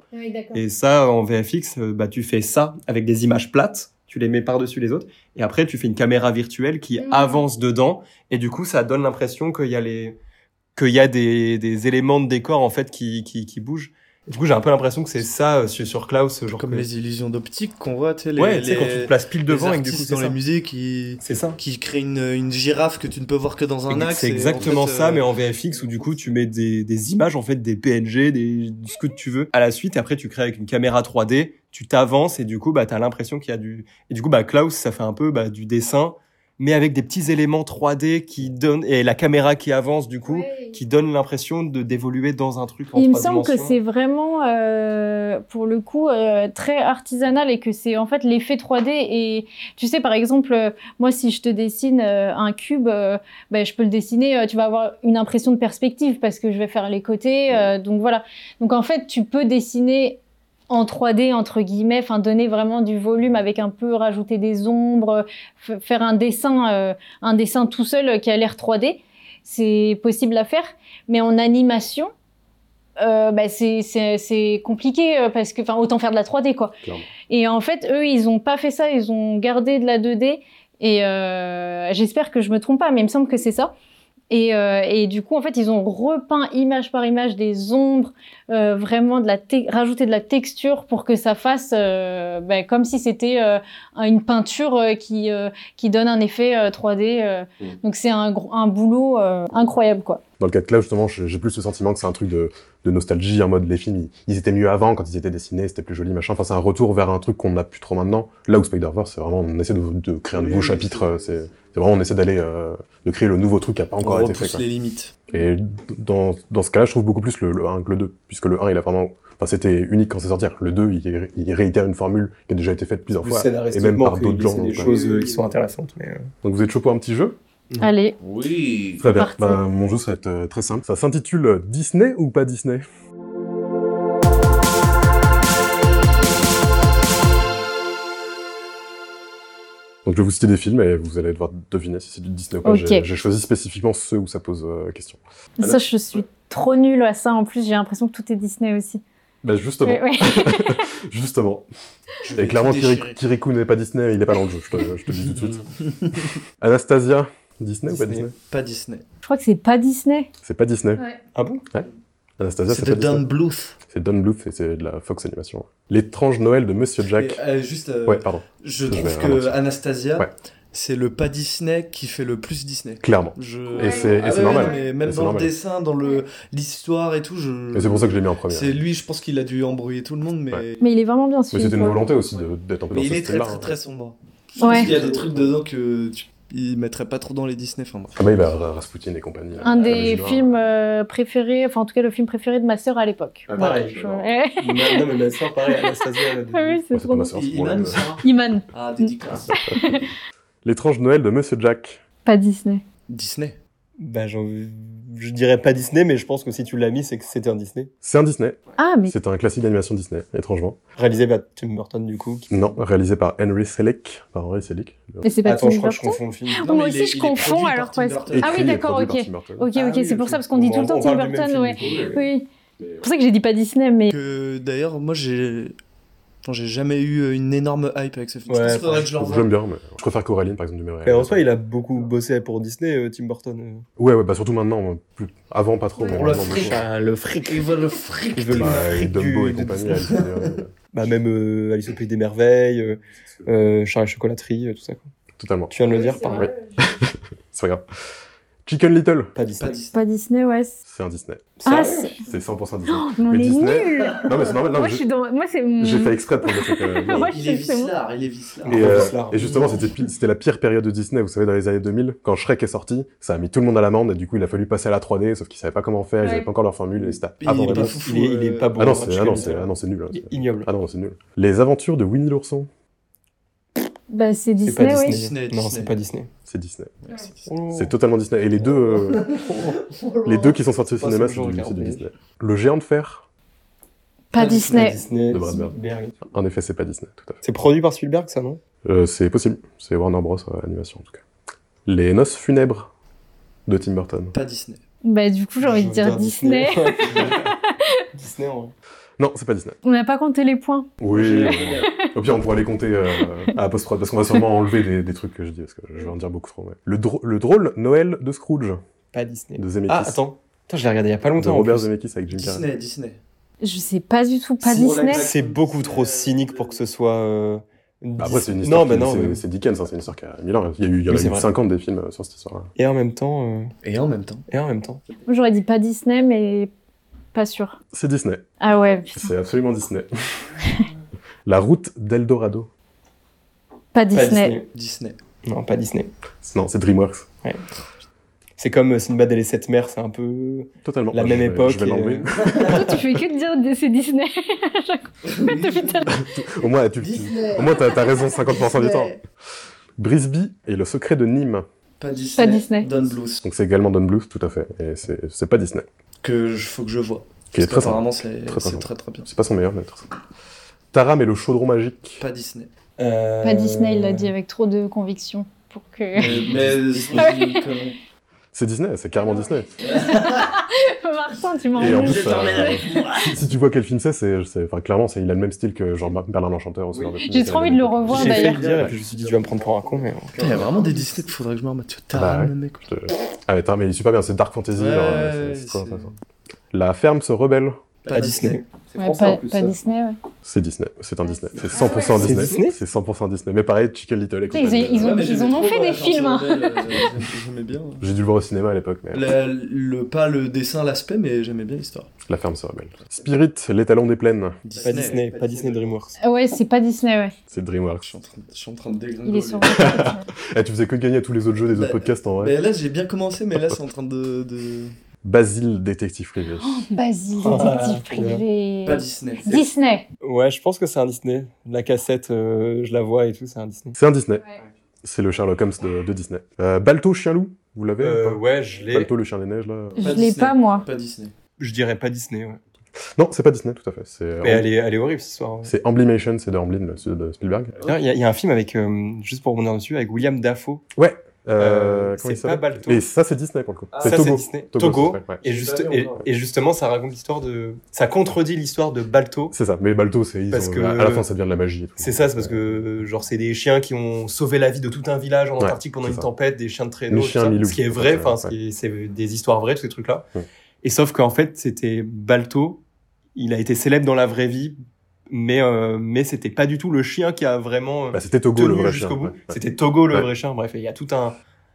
Speaker 5: Et ça, en VFX, euh, bah, tu fais ça avec des images plates, tu les mets par-dessus les autres. Et après, tu fais une caméra virtuelle qui
Speaker 2: Mhm.
Speaker 5: avance dedans. Et du coup, ça donne l'impression qu'il y a les, qu'il y a des, des éléments de décor, en fait, qui, qui, qui bougent. Et du coup, j'ai un peu l'impression que c'est ça euh, sur, sur Klaus, genre
Speaker 4: Comme
Speaker 5: que-
Speaker 4: les illusions d'optique qu'on voit, tu sais, les,
Speaker 5: ouais, tu sais,
Speaker 4: les-
Speaker 5: quand tu te places pile
Speaker 4: les
Speaker 5: devant et que du coup,
Speaker 4: artistes
Speaker 5: c'est
Speaker 4: dans la
Speaker 5: ça.
Speaker 4: musique qui,
Speaker 5: C'est ça.
Speaker 4: qui créent une, une girafe que tu ne peux voir que dans un axe.
Speaker 5: C'est
Speaker 4: et en
Speaker 5: exactement
Speaker 4: fait,
Speaker 5: ça,
Speaker 4: euh,
Speaker 5: mais en VFX où du coup tu mets des, des images en fait, des PNG, des ce que tu veux à la suite. Et après tu crées avec une caméra 3D, tu t'avances et du coup bah t'as l'impression qu'il y a du et du coup bah Klaus ça fait un peu bah, du dessin, mais avec des petits éléments 3D qui donnent et la caméra qui avance du coup qui donne l'impression de d'évoluer dans un truc en
Speaker 2: il me
Speaker 5: trois
Speaker 2: semble que
Speaker 5: dimensions.
Speaker 2: c'est vraiment euh, pour le coup euh, très artisanal et que c'est en fait l'effet 3D et tu sais par exemple euh, moi si je te dessine euh, un cube euh, ben, je peux le dessiner euh, tu vas avoir une impression de perspective parce que je vais faire les côtés euh, donc voilà donc en fait tu peux dessiner en 3D entre guillemets enfin donner vraiment du volume avec un peu rajouter des ombres f- faire un dessin euh, un dessin tout seul euh, qui a l'air 3D c'est possible à faire mais en animation euh, bah, c'est- c'est c'est compliqué euh, parce que enfin autant faire de la 3D quoi.
Speaker 1: Clairement.
Speaker 2: Et en fait eux ils ont pas fait ça, ils ont gardé de la 2D et euh, j'espère que je me trompe pas mais il me semble que c'est ça. Et, euh, et du coup en fait ils ont repeint image par image des ombres, euh, vraiment de la te- rajouté de la texture pour que ça fasse euh, bah, comme si c'était euh, une peinture euh, qui euh, qui donne un effet euh, 3D. euh.
Speaker 1: Mm.
Speaker 2: Donc c'est un gros- un boulot euh, incroyable quoi.
Speaker 1: Dans le cas de Klaus, justement, j'ai j'ai plus le sentiment que c'est un truc de, de nostalgie, en mode les films, ils, ils étaient mieux avant quand ils étaient dessinés, c'était plus joli, machin. Enfin, c'est un retour vers un truc qu'on n'a plus trop maintenant. Là où Spider-Verse, c'est vraiment, on essaie de, de créer un
Speaker 4: Oui,
Speaker 1: nouveau
Speaker 4: oui,
Speaker 1: chapitre, euh,
Speaker 4: c'est-
Speaker 1: c'est c'est vraiment, on essaie d'aller, euh, de créer le nouveau truc qui n'a pas
Speaker 4: on
Speaker 1: encore été fait.
Speaker 4: repousse
Speaker 1: quoi.
Speaker 4: les limites.
Speaker 1: Et dans, dans ce cas-là, je trouve beaucoup plus le, le 1 que le 2, puisque le 1, il a vraiment. Enfin, c'était unique quand c'est sorti. Le 2, il, ré- il réitère une formule qui a déjà été faite plusieurs
Speaker 5: Plus
Speaker 1: fois.
Speaker 5: scénaristiquement
Speaker 1: et même par
Speaker 5: que
Speaker 1: d'autres gens,
Speaker 5: C'est des
Speaker 1: quoi.
Speaker 5: choses euh, qui sont intéressantes. Mais, euh,
Speaker 1: Donc, vous êtes chaud pour un petit jeu
Speaker 2: Allez,
Speaker 3: Oui.
Speaker 1: Très bien.
Speaker 2: Parti.
Speaker 1: Ben, mon jeu, ça va être euh, très simple. Ça s'intitule euh, Disney ou pas Disney Donc, je vais vous citer des films et vous allez devoir deviner si c'est du Disney ou pas.
Speaker 2: Ok.
Speaker 1: J'ai- J'ai choisi spécifiquement ceux où ça pose euh, question.
Speaker 2: Ça, je suis trop nulle à ça. En plus, j'ai l'impression que tout est Disney aussi.
Speaker 1: Ben, justement,
Speaker 2: Ouais, ouais.
Speaker 1: justement.
Speaker 4: Je vais
Speaker 1: Et clairement,
Speaker 4: tout
Speaker 1: Kiri-
Speaker 4: déchirer.
Speaker 1: Kirikou n'est pas Disney, il n'est pas dans le jeu, je te, je te le dis tout de suite. Anastasia, Disney, ou pas
Speaker 5: Disney.
Speaker 1: Disney
Speaker 4: Pas Disney.
Speaker 2: Je crois que c'est pas Disney.
Speaker 1: C'est pas Disney.
Speaker 5: Ah bon
Speaker 1: Anastasia,
Speaker 4: C'est
Speaker 1: c'est
Speaker 4: de
Speaker 1: pas
Speaker 4: Don
Speaker 1: Disney.
Speaker 4: Bluth.
Speaker 1: C'est Don Bluth et c'est de la Fox Animation. L'étrange Noël de Monsieur Jack.
Speaker 4: Et, euh, juste, euh,
Speaker 1: Ouais, pardon.
Speaker 4: je
Speaker 1: je
Speaker 4: trouve
Speaker 1: vais
Speaker 4: que
Speaker 1: ralentir.
Speaker 4: Anastasia,
Speaker 1: Ouais.
Speaker 4: c'est le pas Disney qui fait le plus Disney.
Speaker 1: Clairement.
Speaker 4: Je...
Speaker 1: Et c'est et
Speaker 4: Ah
Speaker 1: c'est
Speaker 4: ouais, non,
Speaker 1: normal.
Speaker 4: mais même
Speaker 1: Et c'est
Speaker 4: dans
Speaker 1: normal.
Speaker 4: le dessin, dans le l'histoire et tout, je.
Speaker 1: Et c'est pour ça que je l'ai mis en premier.
Speaker 4: C'est lui, je pense qu'il a dû embrouiller tout le monde, mais.
Speaker 2: Mais il est vraiment bien sûr.
Speaker 1: Mais c'était une volonté aussi de- d'être un peu
Speaker 4: Mais
Speaker 1: dans ce
Speaker 4: il est très
Speaker 1: style-là.
Speaker 4: très
Speaker 1: hein.
Speaker 4: très sombre.
Speaker 2: Ouais.
Speaker 4: Il y a des trucs dedans que tu... il mettrait pas trop dans les Disney. Enfin, bref.
Speaker 1: Ah bah, il va à Rasputin et compagnie. hein. là,
Speaker 2: Un
Speaker 1: la
Speaker 2: des
Speaker 1: magie noire.
Speaker 2: films euh, préférés, enfin en tout cas le film préféré de ma sœur à l'époque.
Speaker 5: Ah,
Speaker 2: Voilà.
Speaker 5: pareil, je vois.
Speaker 2: Ouais.
Speaker 5: Non, mais ma soeur, pareil, Anastasia. elle a des-
Speaker 2: Ah oui,
Speaker 1: Bon,
Speaker 2: c'est
Speaker 1: c'est
Speaker 2: trop
Speaker 1: pas ma
Speaker 2: bon.
Speaker 1: sœur, c'est euh.
Speaker 4: I-
Speaker 1: pour
Speaker 4: Iman,
Speaker 1: elle,
Speaker 4: Sarah
Speaker 2: Iman,
Speaker 4: Ah, dédicace.
Speaker 1: L'étrange Noël de Monsieur Jack.
Speaker 2: pas Disney.
Speaker 4: Disney.
Speaker 5: Bah, j'en- je dirais pas Disney, mais je pense que si tu l'as mis, c'est que c'était un Disney.
Speaker 1: C'est un Disney.
Speaker 2: Ah, mais
Speaker 1: C'est un classique d'animation Disney, étrangement.
Speaker 5: Réalisé par Tim Burton, du coup. qui-
Speaker 1: Non, réalisé par Henry Selick. Par Henry Selick. le-
Speaker 2: mais c'est pas
Speaker 5: Attends,
Speaker 2: Bah, Tim
Speaker 5: je crois que je
Speaker 2: Burton.
Speaker 5: confonds le film.
Speaker 2: Ah, moi
Speaker 4: mais
Speaker 2: aussi,
Speaker 4: il est-
Speaker 2: je
Speaker 4: il est
Speaker 2: confonds,
Speaker 4: produit par
Speaker 2: alors,
Speaker 4: Tim
Speaker 2: parce-
Speaker 4: Burton.
Speaker 2: Ah oui,
Speaker 1: Écrit et
Speaker 2: d'accord,
Speaker 1: produit par
Speaker 2: ok.
Speaker 1: Tim Burton.
Speaker 2: Ok,
Speaker 5: Ah
Speaker 2: ok,
Speaker 5: oui,
Speaker 2: c'est pour
Speaker 5: ok.
Speaker 2: ça parce qu'on dit
Speaker 5: On
Speaker 2: tout le temps
Speaker 5: parle
Speaker 2: Tim
Speaker 5: du même
Speaker 2: Burton,
Speaker 5: film,
Speaker 2: ouais.
Speaker 5: du coup,
Speaker 2: Oui. C'est pour ça que j'ai dit pas Disney, mais
Speaker 4: Que d'ailleurs, moi j'ai. Attends, j'ai jamais eu euh, une énorme hype avec ce film.
Speaker 5: Ouais,
Speaker 4: Il faudrait que je le revoie.
Speaker 1: J'aime bien, mais je préfère Coraline, par exemple, du même
Speaker 5: Et en
Speaker 1: réalisateur.
Speaker 5: soi, il a beaucoup bossé pour Disney, euh, Tim Burton. euh.
Speaker 1: Ouais, ouais, bah surtout maintenant, plus... avant pas trop.
Speaker 4: Pour
Speaker 1: mais
Speaker 4: le
Speaker 1: maintenant,
Speaker 4: fric.
Speaker 1: beaucoup.
Speaker 5: Ah, le fric.
Speaker 4: Ils veulent le fric.
Speaker 5: Ils veulent le
Speaker 1: Bah, et
Speaker 5: fric
Speaker 1: Dumbo
Speaker 5: du-
Speaker 1: et
Speaker 5: de
Speaker 1: compagnie. Alice au
Speaker 5: Disney.
Speaker 1: Pays des Merveilles,
Speaker 5: Bah, même euh, Alice au Pays des Merveilles, euh, euh, Charles et Chocolaterie, euh, tout ça. quoi.
Speaker 1: Totalement,
Speaker 5: Tu viens de le dire,
Speaker 3: C'est
Speaker 5: par
Speaker 3: vrai,
Speaker 1: c'est pas grave. Chicken Little,
Speaker 5: Pas Disney.
Speaker 4: Pas dit.
Speaker 2: pas Disney, ouais. c'est-
Speaker 1: c'est un Disney.
Speaker 2: Ah,
Speaker 5: Sérieux
Speaker 2: c'est-
Speaker 1: C'est 100% Disney.
Speaker 2: mais on
Speaker 1: Mais
Speaker 2: est
Speaker 1: Disney-
Speaker 2: nuls
Speaker 1: Non, mais c'est normal, non,
Speaker 2: Oh, Moi,
Speaker 1: mais
Speaker 2: je
Speaker 1: je-
Speaker 2: suis dans... Moi, c'est...
Speaker 1: j'ai fait exprès pour le truc. euh,
Speaker 2: Ouais.
Speaker 1: bon.
Speaker 4: Il est
Speaker 2: c'est moi.
Speaker 4: vicelard, il est vicelard.
Speaker 1: Et, euh,
Speaker 5: Slar.
Speaker 1: et justement, c'était pile- c'était la pire période de Disney, vous savez, dans les années 2000, quand Shrek est sorti, ça a mis tout le monde à l'amende, et du coup, il a fallu passer à la 3D, sauf qu'ils savaient pas comment faire, ils
Speaker 3: Ouais.
Speaker 1: avaient pas encore leur formule, et c'était
Speaker 4: Il
Speaker 1: avant
Speaker 4: est pas
Speaker 1: vraiment-
Speaker 4: fou.
Speaker 5: Ah, bah, Il est, il est pas euh, bon.
Speaker 1: Ah non, c'est
Speaker 5: Chicken
Speaker 1: ah non,
Speaker 5: Little.
Speaker 1: c'est- ah non, c'est nul. hein.
Speaker 5: Ignoble.
Speaker 1: Ah non, c'est nul. Les aventures de Winnie l'ourson,
Speaker 2: Bah, c'est
Speaker 5: C'est pas
Speaker 2: Disney,
Speaker 5: Disney.
Speaker 2: oui.
Speaker 4: Disney,
Speaker 5: Non,
Speaker 4: Disney.
Speaker 5: c'est pas Disney.
Speaker 1: c'est Disney.
Speaker 5: Oh.
Speaker 1: C'est totalement Disney. Et les deux, euh, les deux qui sont sortis au
Speaker 5: Oh, c'est
Speaker 1: cinéma,
Speaker 5: le
Speaker 1: c'est
Speaker 5: genre
Speaker 1: du, c'est du
Speaker 5: regardé.
Speaker 1: Disney. Le géant de fer,
Speaker 2: Pas
Speaker 5: Pas
Speaker 4: Pas
Speaker 2: Disney.
Speaker 5: Disney.
Speaker 1: De Brad Bird.
Speaker 5: Spielberg.
Speaker 1: en effet, c'est pas Disney, tout à
Speaker 5: C'est produit par Spielberg, ça, non
Speaker 1: fait. Euh, c'est possible, c'est Warner Bros. euh, animation en tout cas. Les noces funèbres de Tim Burton.
Speaker 4: Pas Disney.
Speaker 2: Bah, du coup, j'ai envie de dire Disney.
Speaker 5: Disney, en vrai.
Speaker 1: Non, c'est pas Disney.
Speaker 2: On n'a pas compté les points.
Speaker 1: Oui. euh, Au pire, on pourra les compter euh, à post parce qu'on va sûrement enlever des, des trucs que je dis, parce que je vais en dire beaucoup trop. ouais. Le, dro- le drôle Noël de Scrooge
Speaker 5: Pas Disney.
Speaker 1: de Zemeckis.
Speaker 5: Ah, attends. Attends, je l'ai regardé il y a pas
Speaker 1: De
Speaker 5: longtemps. en
Speaker 1: Robert
Speaker 5: plus.
Speaker 1: Zemeckis avec Jim Carrey.
Speaker 4: Disney, Disney.
Speaker 2: Je sais pas du tout. Pas
Speaker 4: Si, on l'a
Speaker 2: Disney.
Speaker 4: exact-
Speaker 5: C'est beaucoup trop cynique pour que ce soit. euh, une
Speaker 1: Bah, après,
Speaker 5: Dis-
Speaker 1: c'est une histoire.
Speaker 5: Non, bah
Speaker 1: qui-
Speaker 5: non.
Speaker 1: c'est-
Speaker 5: mais-
Speaker 1: C'est Dickens, hein, c'est une histoire qui a mille ans. Il y a eu, il y en
Speaker 5: Oui,
Speaker 1: a
Speaker 5: c'est
Speaker 1: eu
Speaker 5: vrai.
Speaker 1: 50 des films euh, sur cette histoire-là.
Speaker 5: Et en même temps. euh,
Speaker 4: Et en même temps.
Speaker 5: Et en même temps.
Speaker 2: Moi, J'aurais dit pas Disney, mais pas sûr.
Speaker 1: C'est Disney.
Speaker 2: Ah ouais, putain.
Speaker 1: C'est absolument Disney. La route d'Eldorado.
Speaker 2: Pas
Speaker 5: Pas
Speaker 2: Disney.
Speaker 5: Disney.
Speaker 4: Disney.
Speaker 5: Non, pas Disney.
Speaker 1: Non, c'est DreamWorks.
Speaker 5: C'est comme euh, Sinbad et les sept mers, c'est un peu
Speaker 1: Totalement. Ah,
Speaker 5: la
Speaker 1: Je
Speaker 5: même
Speaker 1: vais-
Speaker 5: époque.
Speaker 1: Je vais
Speaker 5: et,
Speaker 1: l'enlever.
Speaker 5: euh,
Speaker 2: Toi, tu fais que de dire des- c'est Disney.
Speaker 1: Au moins, tu, tu-
Speaker 4: Disney.
Speaker 1: au moins, t'as t'as raison 50% du temps.
Speaker 4: Disney.
Speaker 1: Brisby et le secret de Nîmes.
Speaker 4: Pas Disney.
Speaker 2: Pas Disney.
Speaker 4: Don Bluth.
Speaker 1: Donc, c'est également Don Bluth, tout à fait. Et c'est c'est pas Disney.
Speaker 4: Que je, faut que je vois.
Speaker 1: Qui est
Speaker 4: Parce
Speaker 1: très sympa.
Speaker 4: qu'apparemment, c'est
Speaker 1: Très, très
Speaker 4: c'est
Speaker 1: sympa.
Speaker 4: très très bien.
Speaker 1: C'est pas son meilleur, mais très sympa. Taram et le chaudron magique.
Speaker 4: Pas Disney.
Speaker 5: euh,
Speaker 2: Pas Disney, il l'a dit avec trop de conviction pour que.
Speaker 4: Euh,
Speaker 2: Ah
Speaker 4: mais c'est
Speaker 1: C'est Disney, c'est carrément Disney.
Speaker 2: Martin, tu m'as
Speaker 1: Et en
Speaker 2: enlevé.
Speaker 1: plus, Si- si tu vois quel film c'est, c'est, c'est- enfin, clairement, c'est, il a le même style que genre Berlin l'Enchanteur. ou ce genre de film.
Speaker 2: J'ai
Speaker 1: C'est
Speaker 2: trop
Speaker 1: la
Speaker 2: envie
Speaker 1: même
Speaker 2: de le
Speaker 1: époque.
Speaker 2: revoir,
Speaker 5: J'ai fait
Speaker 2: d'ailleurs.
Speaker 5: le dire et puis je me suis dit, tu vas me prendre pour un con, mais.
Speaker 4: Il y a vraiment des Disney qu'il faudrait que je me remette.
Speaker 1: Bah ouais.
Speaker 4: Taram, le mec.
Speaker 1: Je te- Ah, mais, Taram, il est super bien, c'est Dark Fantasy.
Speaker 4: Ouais,
Speaker 1: genre, euh, c'est-
Speaker 4: ouais,
Speaker 1: c'est trop
Speaker 4: c'est-
Speaker 1: intéressant. La ferme se rebelle.
Speaker 5: Pas Disney.
Speaker 3: C'est
Speaker 2: Ouais,
Speaker 3: français
Speaker 2: pas,
Speaker 3: en plus.
Speaker 2: pas
Speaker 3: ça.
Speaker 2: Disney, ouais.
Speaker 1: C'est Disney, c'est un
Speaker 2: Ah,
Speaker 1: Disney. C'est 100%
Speaker 5: C'est
Speaker 1: Disney.
Speaker 5: Disney
Speaker 1: C'est 100% Disney. Mais pareil, Chicken Little et
Speaker 2: Putain, ils-
Speaker 1: compagnie.
Speaker 2: ils ont-
Speaker 1: euh,
Speaker 4: mais
Speaker 2: ils
Speaker 4: j'aimais
Speaker 2: en ont
Speaker 4: trop,
Speaker 2: fait
Speaker 4: ouais,
Speaker 2: des films, hein.
Speaker 4: Charles Rebel, euh, J'aimais bien. hein.
Speaker 1: J'ai dû le voir au cinéma à l'époque, mais
Speaker 4: Le, le- pas le dessin, l'aspect, mais j'aimais bien l'histoire.
Speaker 1: la ferme se rebelle. Spirit, l'étalon des plaines.
Speaker 5: Pas Disney, pas Disney DreamWorks.
Speaker 2: Ah Ouais, c'est pas Disney, ouais.
Speaker 1: C'est
Speaker 4: Je
Speaker 1: DreamWorks.
Speaker 4: suis en train, de- je suis en train de dégringoler.
Speaker 2: Il est sur. Internet, ouais.
Speaker 1: Eh, tu faisais que gagner à tous les autres jeux des autres
Speaker 4: Bah,
Speaker 1: podcasts en vrai.
Speaker 4: Mais là, j'ai bien commencé, mais là, c'est en train de. de-
Speaker 1: Basile, détective privé.
Speaker 2: Basile,
Speaker 5: Ah,
Speaker 2: détective
Speaker 5: trop bien.
Speaker 2: privé.
Speaker 4: Pas Disney.
Speaker 2: Disney.
Speaker 5: Ouais, je pense que c'est un Disney. La cassette, euh, je la vois et tout, c'est un Disney.
Speaker 1: C'est un Disney.
Speaker 3: Ouais.
Speaker 1: C'est le Sherlock Holmes de, de Disney. Euh, Balto, chien loup. Vous l'avez ou pas
Speaker 5: Euh, ouais, je
Speaker 1: Balto, le chien des neiges, là.
Speaker 2: Je
Speaker 4: Pas
Speaker 2: l'ai
Speaker 4: Disney.
Speaker 2: pas, moi.
Speaker 4: Pas Disney.
Speaker 5: Je dirais pas Disney, ouais.
Speaker 1: Non, c'est pas Disney, tout à fait. C'est euh,
Speaker 5: Mais elle est, elle est horrible, cette histoire.
Speaker 1: c'est Emblemation, c'est de Emblem, le studio de Spielberg.
Speaker 5: Tiens, Il y, a- il y a un film avec, euh, juste pour rebondir dessus, avec William Dafoe. Euh,
Speaker 1: Euh, comment
Speaker 5: c'est
Speaker 1: il s'appelle
Speaker 5: pas Balto.
Speaker 1: Et ça, c'est Disney pour le coup.
Speaker 3: Ah,
Speaker 1: c'est
Speaker 5: ça, c'est
Speaker 1: Togo.
Speaker 5: Disney.
Speaker 1: Togo,
Speaker 5: Togo.
Speaker 1: ça s'appelle, ouais.
Speaker 5: et, juste,
Speaker 3: Je l'avais
Speaker 5: et,
Speaker 3: encore.
Speaker 5: et justement, ça raconte l'histoire de. Ça contredit l'histoire de Balto.
Speaker 1: C'est ça. Mais Balto, c'est ils
Speaker 5: Parce
Speaker 1: ont-
Speaker 5: que-
Speaker 1: à la fin, ça devient de la magie. et tout.
Speaker 5: C'est ça, c'est parce que, euh, genre, c'est des chiens qui ont sauvé la vie de tout un village en
Speaker 1: Ouais,
Speaker 5: Antarctique pendant
Speaker 1: c'est
Speaker 5: une
Speaker 1: ça.
Speaker 5: tempête, des chiens de traîneau,
Speaker 1: Les
Speaker 5: tout
Speaker 1: chiens
Speaker 5: ça,
Speaker 1: Milou.
Speaker 5: ce qui est vrai, enfin, ce
Speaker 1: Ouais.
Speaker 5: qui est- c'est des histoires vraies, tous ces trucs-là.
Speaker 1: Ouais.
Speaker 5: Et sauf qu'en fait, c'était Balto, il a été célèbre dans la vraie vie, mais, euh, mais c'était pas du tout le chien qui a vraiment euh,
Speaker 1: Bah, c'était Togo, le
Speaker 5: tenu
Speaker 1: vrai chien.
Speaker 5: jusqu'au bout.
Speaker 1: ouais, ouais.
Speaker 5: C'était Togo, le
Speaker 1: Ouais.
Speaker 5: vrai chien. Bref, il y a tout un,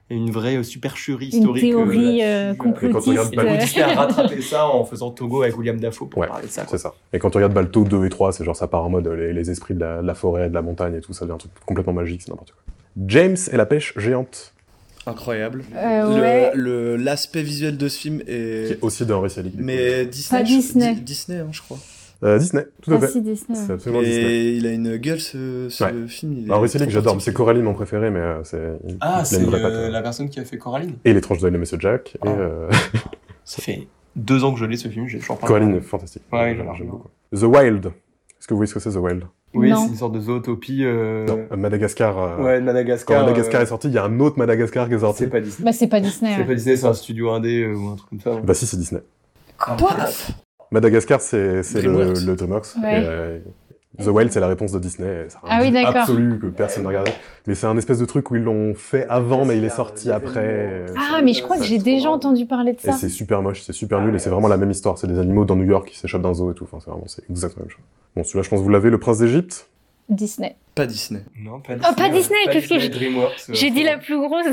Speaker 5: une vraie euh, supercherie
Speaker 2: Une
Speaker 5: historique. euh,
Speaker 2: théorie
Speaker 5: là-dessus,
Speaker 2: euh,
Speaker 5: euh,
Speaker 1: Et quand on regarde
Speaker 2: complotiste.
Speaker 5: Et du coup,
Speaker 1: Balto,
Speaker 2: euh,
Speaker 5: Disney a rattrapé ça en faisant Togo avec William Dafoe pour
Speaker 1: Ouais,
Speaker 5: parler de ça. quoi.
Speaker 1: C'est ça. Et quand tu regardes Balto 2 et 3, c'est genre ça part en mode euh, les, les esprits de la, de la forêt, de la montagne et tout, ça devient un truc complètement magique, c'est n'importe quoi. James et la pêche géante,
Speaker 4: Incroyable.
Speaker 2: Euh,
Speaker 4: Le-
Speaker 2: ouais.
Speaker 4: le- L'aspect visuel de ce film
Speaker 1: qui
Speaker 4: est.
Speaker 1: est aussi d'Henri Selick. du
Speaker 4: Mais Disney.
Speaker 2: Pas
Speaker 4: je-
Speaker 2: Disney.
Speaker 4: Di- Disney, hein, je crois.
Speaker 1: coup. Euh, Disney, tout à
Speaker 2: Ah,
Speaker 1: fait.
Speaker 2: si, Disney. ouais.
Speaker 1: C'est absolument Disney.
Speaker 4: Et il a une gueule, ce, ce
Speaker 1: Ouais.
Speaker 4: film. il est
Speaker 1: Henri Selick,
Speaker 4: trop
Speaker 1: j'adore, mais c'est
Speaker 4: particulier.
Speaker 1: Coralie mon préféré, mais euh, c'est. il- il
Speaker 5: Ah,
Speaker 1: a
Speaker 5: c'est
Speaker 1: une vraie
Speaker 5: euh,
Speaker 1: patte.
Speaker 5: la personne qui a fait Coraline.
Speaker 1: Et l'étrange de Monsieur Jack,
Speaker 5: Ah.
Speaker 1: et euh,
Speaker 5: Ça fait deux ans que je l'ai ce film, j'ai toujours pas.
Speaker 1: Coraline est fantastique.
Speaker 5: Ouais, oui,
Speaker 1: j'aime
Speaker 5: j'adore.
Speaker 1: beaucoup. The Wild. Est-ce que vous voyez ce que c'est The Wild
Speaker 5: Oui,
Speaker 2: Non.
Speaker 5: c'est une sorte de zootopie. euh,
Speaker 1: Non, Madagascar. euh,
Speaker 5: Ouais, de
Speaker 1: Quand
Speaker 5: Madagascar.
Speaker 1: Madagascar
Speaker 5: euh,
Speaker 1: est sorti, il y a un autre Madagascar qui est sorti.
Speaker 5: c'est pas Disney.
Speaker 2: Bah, c'est pas Disney.
Speaker 5: C'est
Speaker 2: ouais.
Speaker 5: pas Disney, c'est un studio indé euh, ou un truc comme ça. ouais.
Speaker 1: Bah si, c'est Disney.
Speaker 2: Quoi
Speaker 1: Madagascar, c'est c'est le,
Speaker 4: DreamWorks.
Speaker 1: le DreamWorks.
Speaker 2: Ouais.
Speaker 1: Et, euh, The Whale, c'est la réponse de Disney. C'est un
Speaker 2: Ah oui,
Speaker 1: truc
Speaker 2: d'accord.
Speaker 1: absolu que personne n'a regardé. Mais c'est un espèce de truc où ils l'ont fait avant, mais il est
Speaker 3: C'est un
Speaker 1: sorti
Speaker 3: événement.
Speaker 1: après.
Speaker 2: Ah, mais je crois que j'ai déjà entendu parler de
Speaker 1: Et
Speaker 2: ça.
Speaker 1: c'est super moche, c'est super nul, et c'est vraiment la même histoire. C'est des animaux dans New York qui s'échappent d'un zoo et tout. Enfin, c'est vraiment, c'est exactement la même chose. Bon, celui-là, je pense que vous l'avez, Le Prince d'Égypte.
Speaker 2: Disney.
Speaker 4: Pas Disney.
Speaker 5: Non, pas
Speaker 2: Oh, pas Disney, qu'est-ce que
Speaker 5: Disney, DreamWorks, euh,
Speaker 2: J'ai dit la
Speaker 5: faut-
Speaker 2: plus grosse.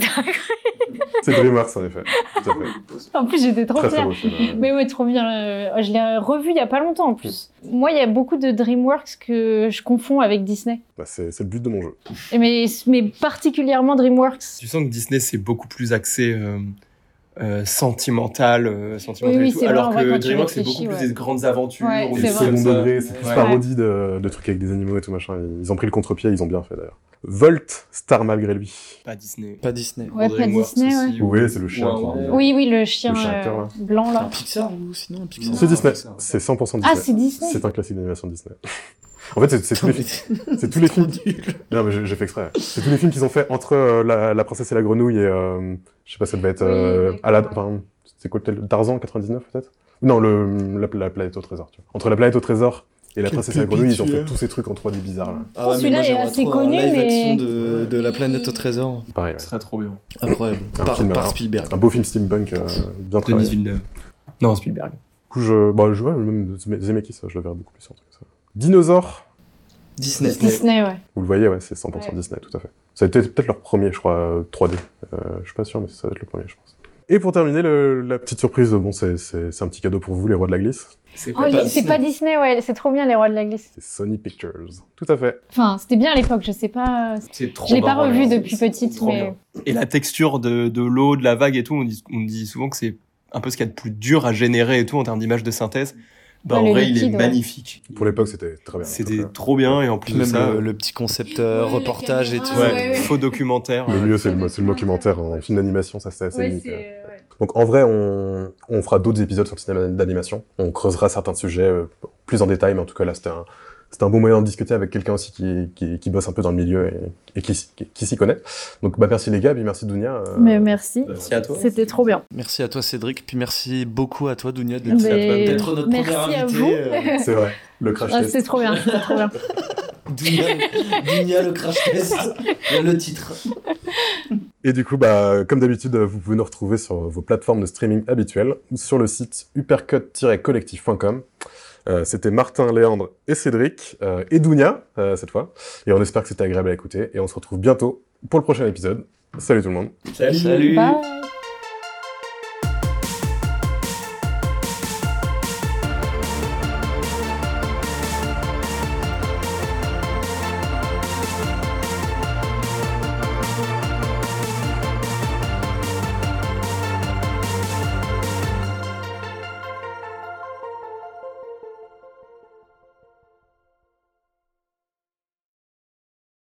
Speaker 1: C'est DreamWorks, en effet. Tout à fait.
Speaker 2: en plus, j'étais trop
Speaker 1: Très, très
Speaker 2: fière. Mm.
Speaker 1: beau film. ouais.
Speaker 2: Mais ouais, trop bien. euh, Je l'ai revu il y a pas longtemps en plus. Moi, il y a beaucoup de DreamWorks que je confonds avec Disney.
Speaker 1: Bah, c'est c'est le but de mon jeu.
Speaker 2: Et Mais, mais particulièrement DreamWorks.
Speaker 5: Tu sens que Disney, c'est beaucoup plus axé euh, euh, sentimental, euh, sentimental
Speaker 2: Oui, oui,
Speaker 5: et tout,
Speaker 2: c'est vrai,
Speaker 5: alors
Speaker 2: en vrai,
Speaker 5: que
Speaker 2: quand tu
Speaker 5: DreamWorks, c'est beaucoup
Speaker 2: réfléchis,
Speaker 5: plus
Speaker 2: ouais.
Speaker 5: des grandes aventures.
Speaker 2: Ouais,
Speaker 5: ou
Speaker 1: Et
Speaker 5: des
Speaker 2: c'est
Speaker 1: C'est
Speaker 5: trucs
Speaker 2: vrai.
Speaker 5: comme
Speaker 1: second
Speaker 5: ça.
Speaker 1: degré, c'est plus
Speaker 5: Ouais.
Speaker 1: parodie de, de trucs avec des animaux et tout machin. Ils ont pris le contre-pied, ils ont bien fait d'ailleurs. Volt, star malgré lui.
Speaker 5: Pas Disney.
Speaker 4: Pas Disney.
Speaker 2: Ouais, pas Disney, ouais.
Speaker 1: Oui, c'est le chien.
Speaker 5: Ouais,
Speaker 1: qui-
Speaker 5: ouais.
Speaker 2: Oui, oui, le chien,
Speaker 1: Le chien acteur,
Speaker 2: euh,
Speaker 1: là.
Speaker 2: blanc
Speaker 4: Un
Speaker 2: là.
Speaker 4: Pixar ou sinon un Pixar
Speaker 1: C'est Disney.
Speaker 5: ça.
Speaker 1: C'est 100% Disney.
Speaker 2: Ah, c'est Disney.
Speaker 1: C'est un classique d'animation Disney. En fait, c'est- c'est tous, les-
Speaker 4: Disney.
Speaker 1: c'est tous les films. Non, mais j'ai j'ai fait exprès. C'est tous les films qu'ils ont fait entre euh, la, La princesse et la grenouille et euh, je sais pas, ça devait être
Speaker 2: Oui,
Speaker 1: euh,
Speaker 2: d'accord.
Speaker 1: Alad- enfin, c'est quoi le tel- Tarzan 99 peut-être Non, le la, la planète au trésor. Tu vois. Entre la planète au trésor et la
Speaker 4: Quel
Speaker 1: princesse et la grenouille, ils ont
Speaker 4: pépite, tu
Speaker 1: fait
Speaker 4: es.
Speaker 1: tous ces trucs en 3D bizarres. Là.
Speaker 4: Ah ouais, mais
Speaker 2: Celui-là
Speaker 4: moi,
Speaker 2: est
Speaker 4: j'aimerais
Speaker 2: assez
Speaker 4: trop un
Speaker 2: connu,
Speaker 4: live
Speaker 2: mais-
Speaker 4: action de, de la planète au trésor.
Speaker 1: Pareil.
Speaker 5: Ce
Speaker 1: ouais.
Speaker 5: serait trop bien.
Speaker 4: Incroyable.
Speaker 1: Un
Speaker 4: Par,
Speaker 1: film,
Speaker 4: par
Speaker 1: alors.
Speaker 4: Spielberg.
Speaker 1: Un beau film steampunk euh, bien travaillé.
Speaker 5: Denis Villeneuve. Non, Spielberg.
Speaker 1: Du coup, je, bah, je vois même Zemeckis, ça, je le verrais beaucoup plus en tout cas. ça. Dinosaure,
Speaker 4: Disney.
Speaker 2: Disney, ouais.
Speaker 1: vous le voyez, ouais, c'est 100%
Speaker 2: Ouais.
Speaker 1: Disney, tout à fait. Ça a été peut-être leur premier, je crois, euh, 3D. Euh, je suis pas sûr, mais ça va être le premier, je pense. Et pour terminer, le- la petite surprise, bon, c'est- c'est c'est un petit cadeau pour vous, les rois de la glisse.
Speaker 5: C'est
Speaker 2: Oh, les- c'est pas Disney, ouais. C'est trop bien, les rois de la glisse.
Speaker 1: C'est Sony Pictures. Tout à fait.
Speaker 2: Enfin, c'était bien à l'époque, je sais pas. euh,
Speaker 5: C'est trop
Speaker 2: Je l'ai pas
Speaker 5: marrant,
Speaker 2: revu
Speaker 5: là.
Speaker 2: depuis
Speaker 5: C'est
Speaker 2: petite,
Speaker 5: trop
Speaker 2: mais.
Speaker 5: bien. Et la texture de, de l'eau, de la vague et tout, on dit, on dit souvent que c'est un peu ce qu'il y a de plus dur à générer et tout en termes d'image de synthèse. Bah,
Speaker 2: Ouais,
Speaker 5: en
Speaker 2: le
Speaker 5: vrai, il est
Speaker 2: liquide, ouais.
Speaker 5: magnifique.
Speaker 1: Pour l'époque, c'était très bien.
Speaker 5: C'était
Speaker 1: tout à fait.
Speaker 5: trop bien et en plus de
Speaker 4: Même
Speaker 5: ça,
Speaker 4: le, le petit concept euh,
Speaker 6: Oui,
Speaker 4: reportage et
Speaker 6: les
Speaker 4: tout.
Speaker 6: caméras, ouais,
Speaker 5: ouais,
Speaker 6: ouais.
Speaker 5: faux documentaire.
Speaker 1: Le
Speaker 5: euh,
Speaker 1: mieux, c'est le, mo- c'est le documentaire en film d'animation, ça, c'est assez hein.
Speaker 6: Ouais,
Speaker 1: limite, ouais.
Speaker 2: euh,
Speaker 6: c'est. ouais.
Speaker 1: Donc en vrai, on, on fera d'autres épisodes sur le cinéma d'animation. On creusera certains sujets euh, plus en détail, mais en tout cas là, c'était un, c'était un bon moyen de discuter avec quelqu'un aussi qui, qui, qui bosse un peu dans le milieu et, et qui, s- qui, qui s'y connaît. Donc bah, merci les gars, puis merci Dunia. euh,
Speaker 2: Mais merci.
Speaker 5: Merci à toi.
Speaker 2: C'était trop bien.
Speaker 4: Merci à toi Cédric, puis merci beaucoup à toi Dounia
Speaker 2: Merci à
Speaker 4: d'être
Speaker 2: toi. Mais-
Speaker 4: d'être notre
Speaker 2: merci
Speaker 4: première
Speaker 2: à
Speaker 4: invitée.
Speaker 2: vous.
Speaker 4: euh,
Speaker 1: C'est vrai, le crash
Speaker 2: Ah,
Speaker 1: test.
Speaker 2: c'était trop bien. C'était trop bien.
Speaker 4: Dounia, Dounia, le crash test, Il y
Speaker 2: Bah,
Speaker 4: a le titre.
Speaker 1: Et du coup, bah, comme d'habitude, euh, vous pouvez nous retrouver sur vos plateformes de streaming habituelles, ou sur le site uppercut-collectif.com. Euh, c'était Martin, Léandre et Cédric, euh, et Dounia, euh, cette fois. Et on espère que c'était agréable à écouter. Et on se retrouve bientôt pour le prochain épisode. Salut tout le monde.
Speaker 4: Salut.
Speaker 2: Bye.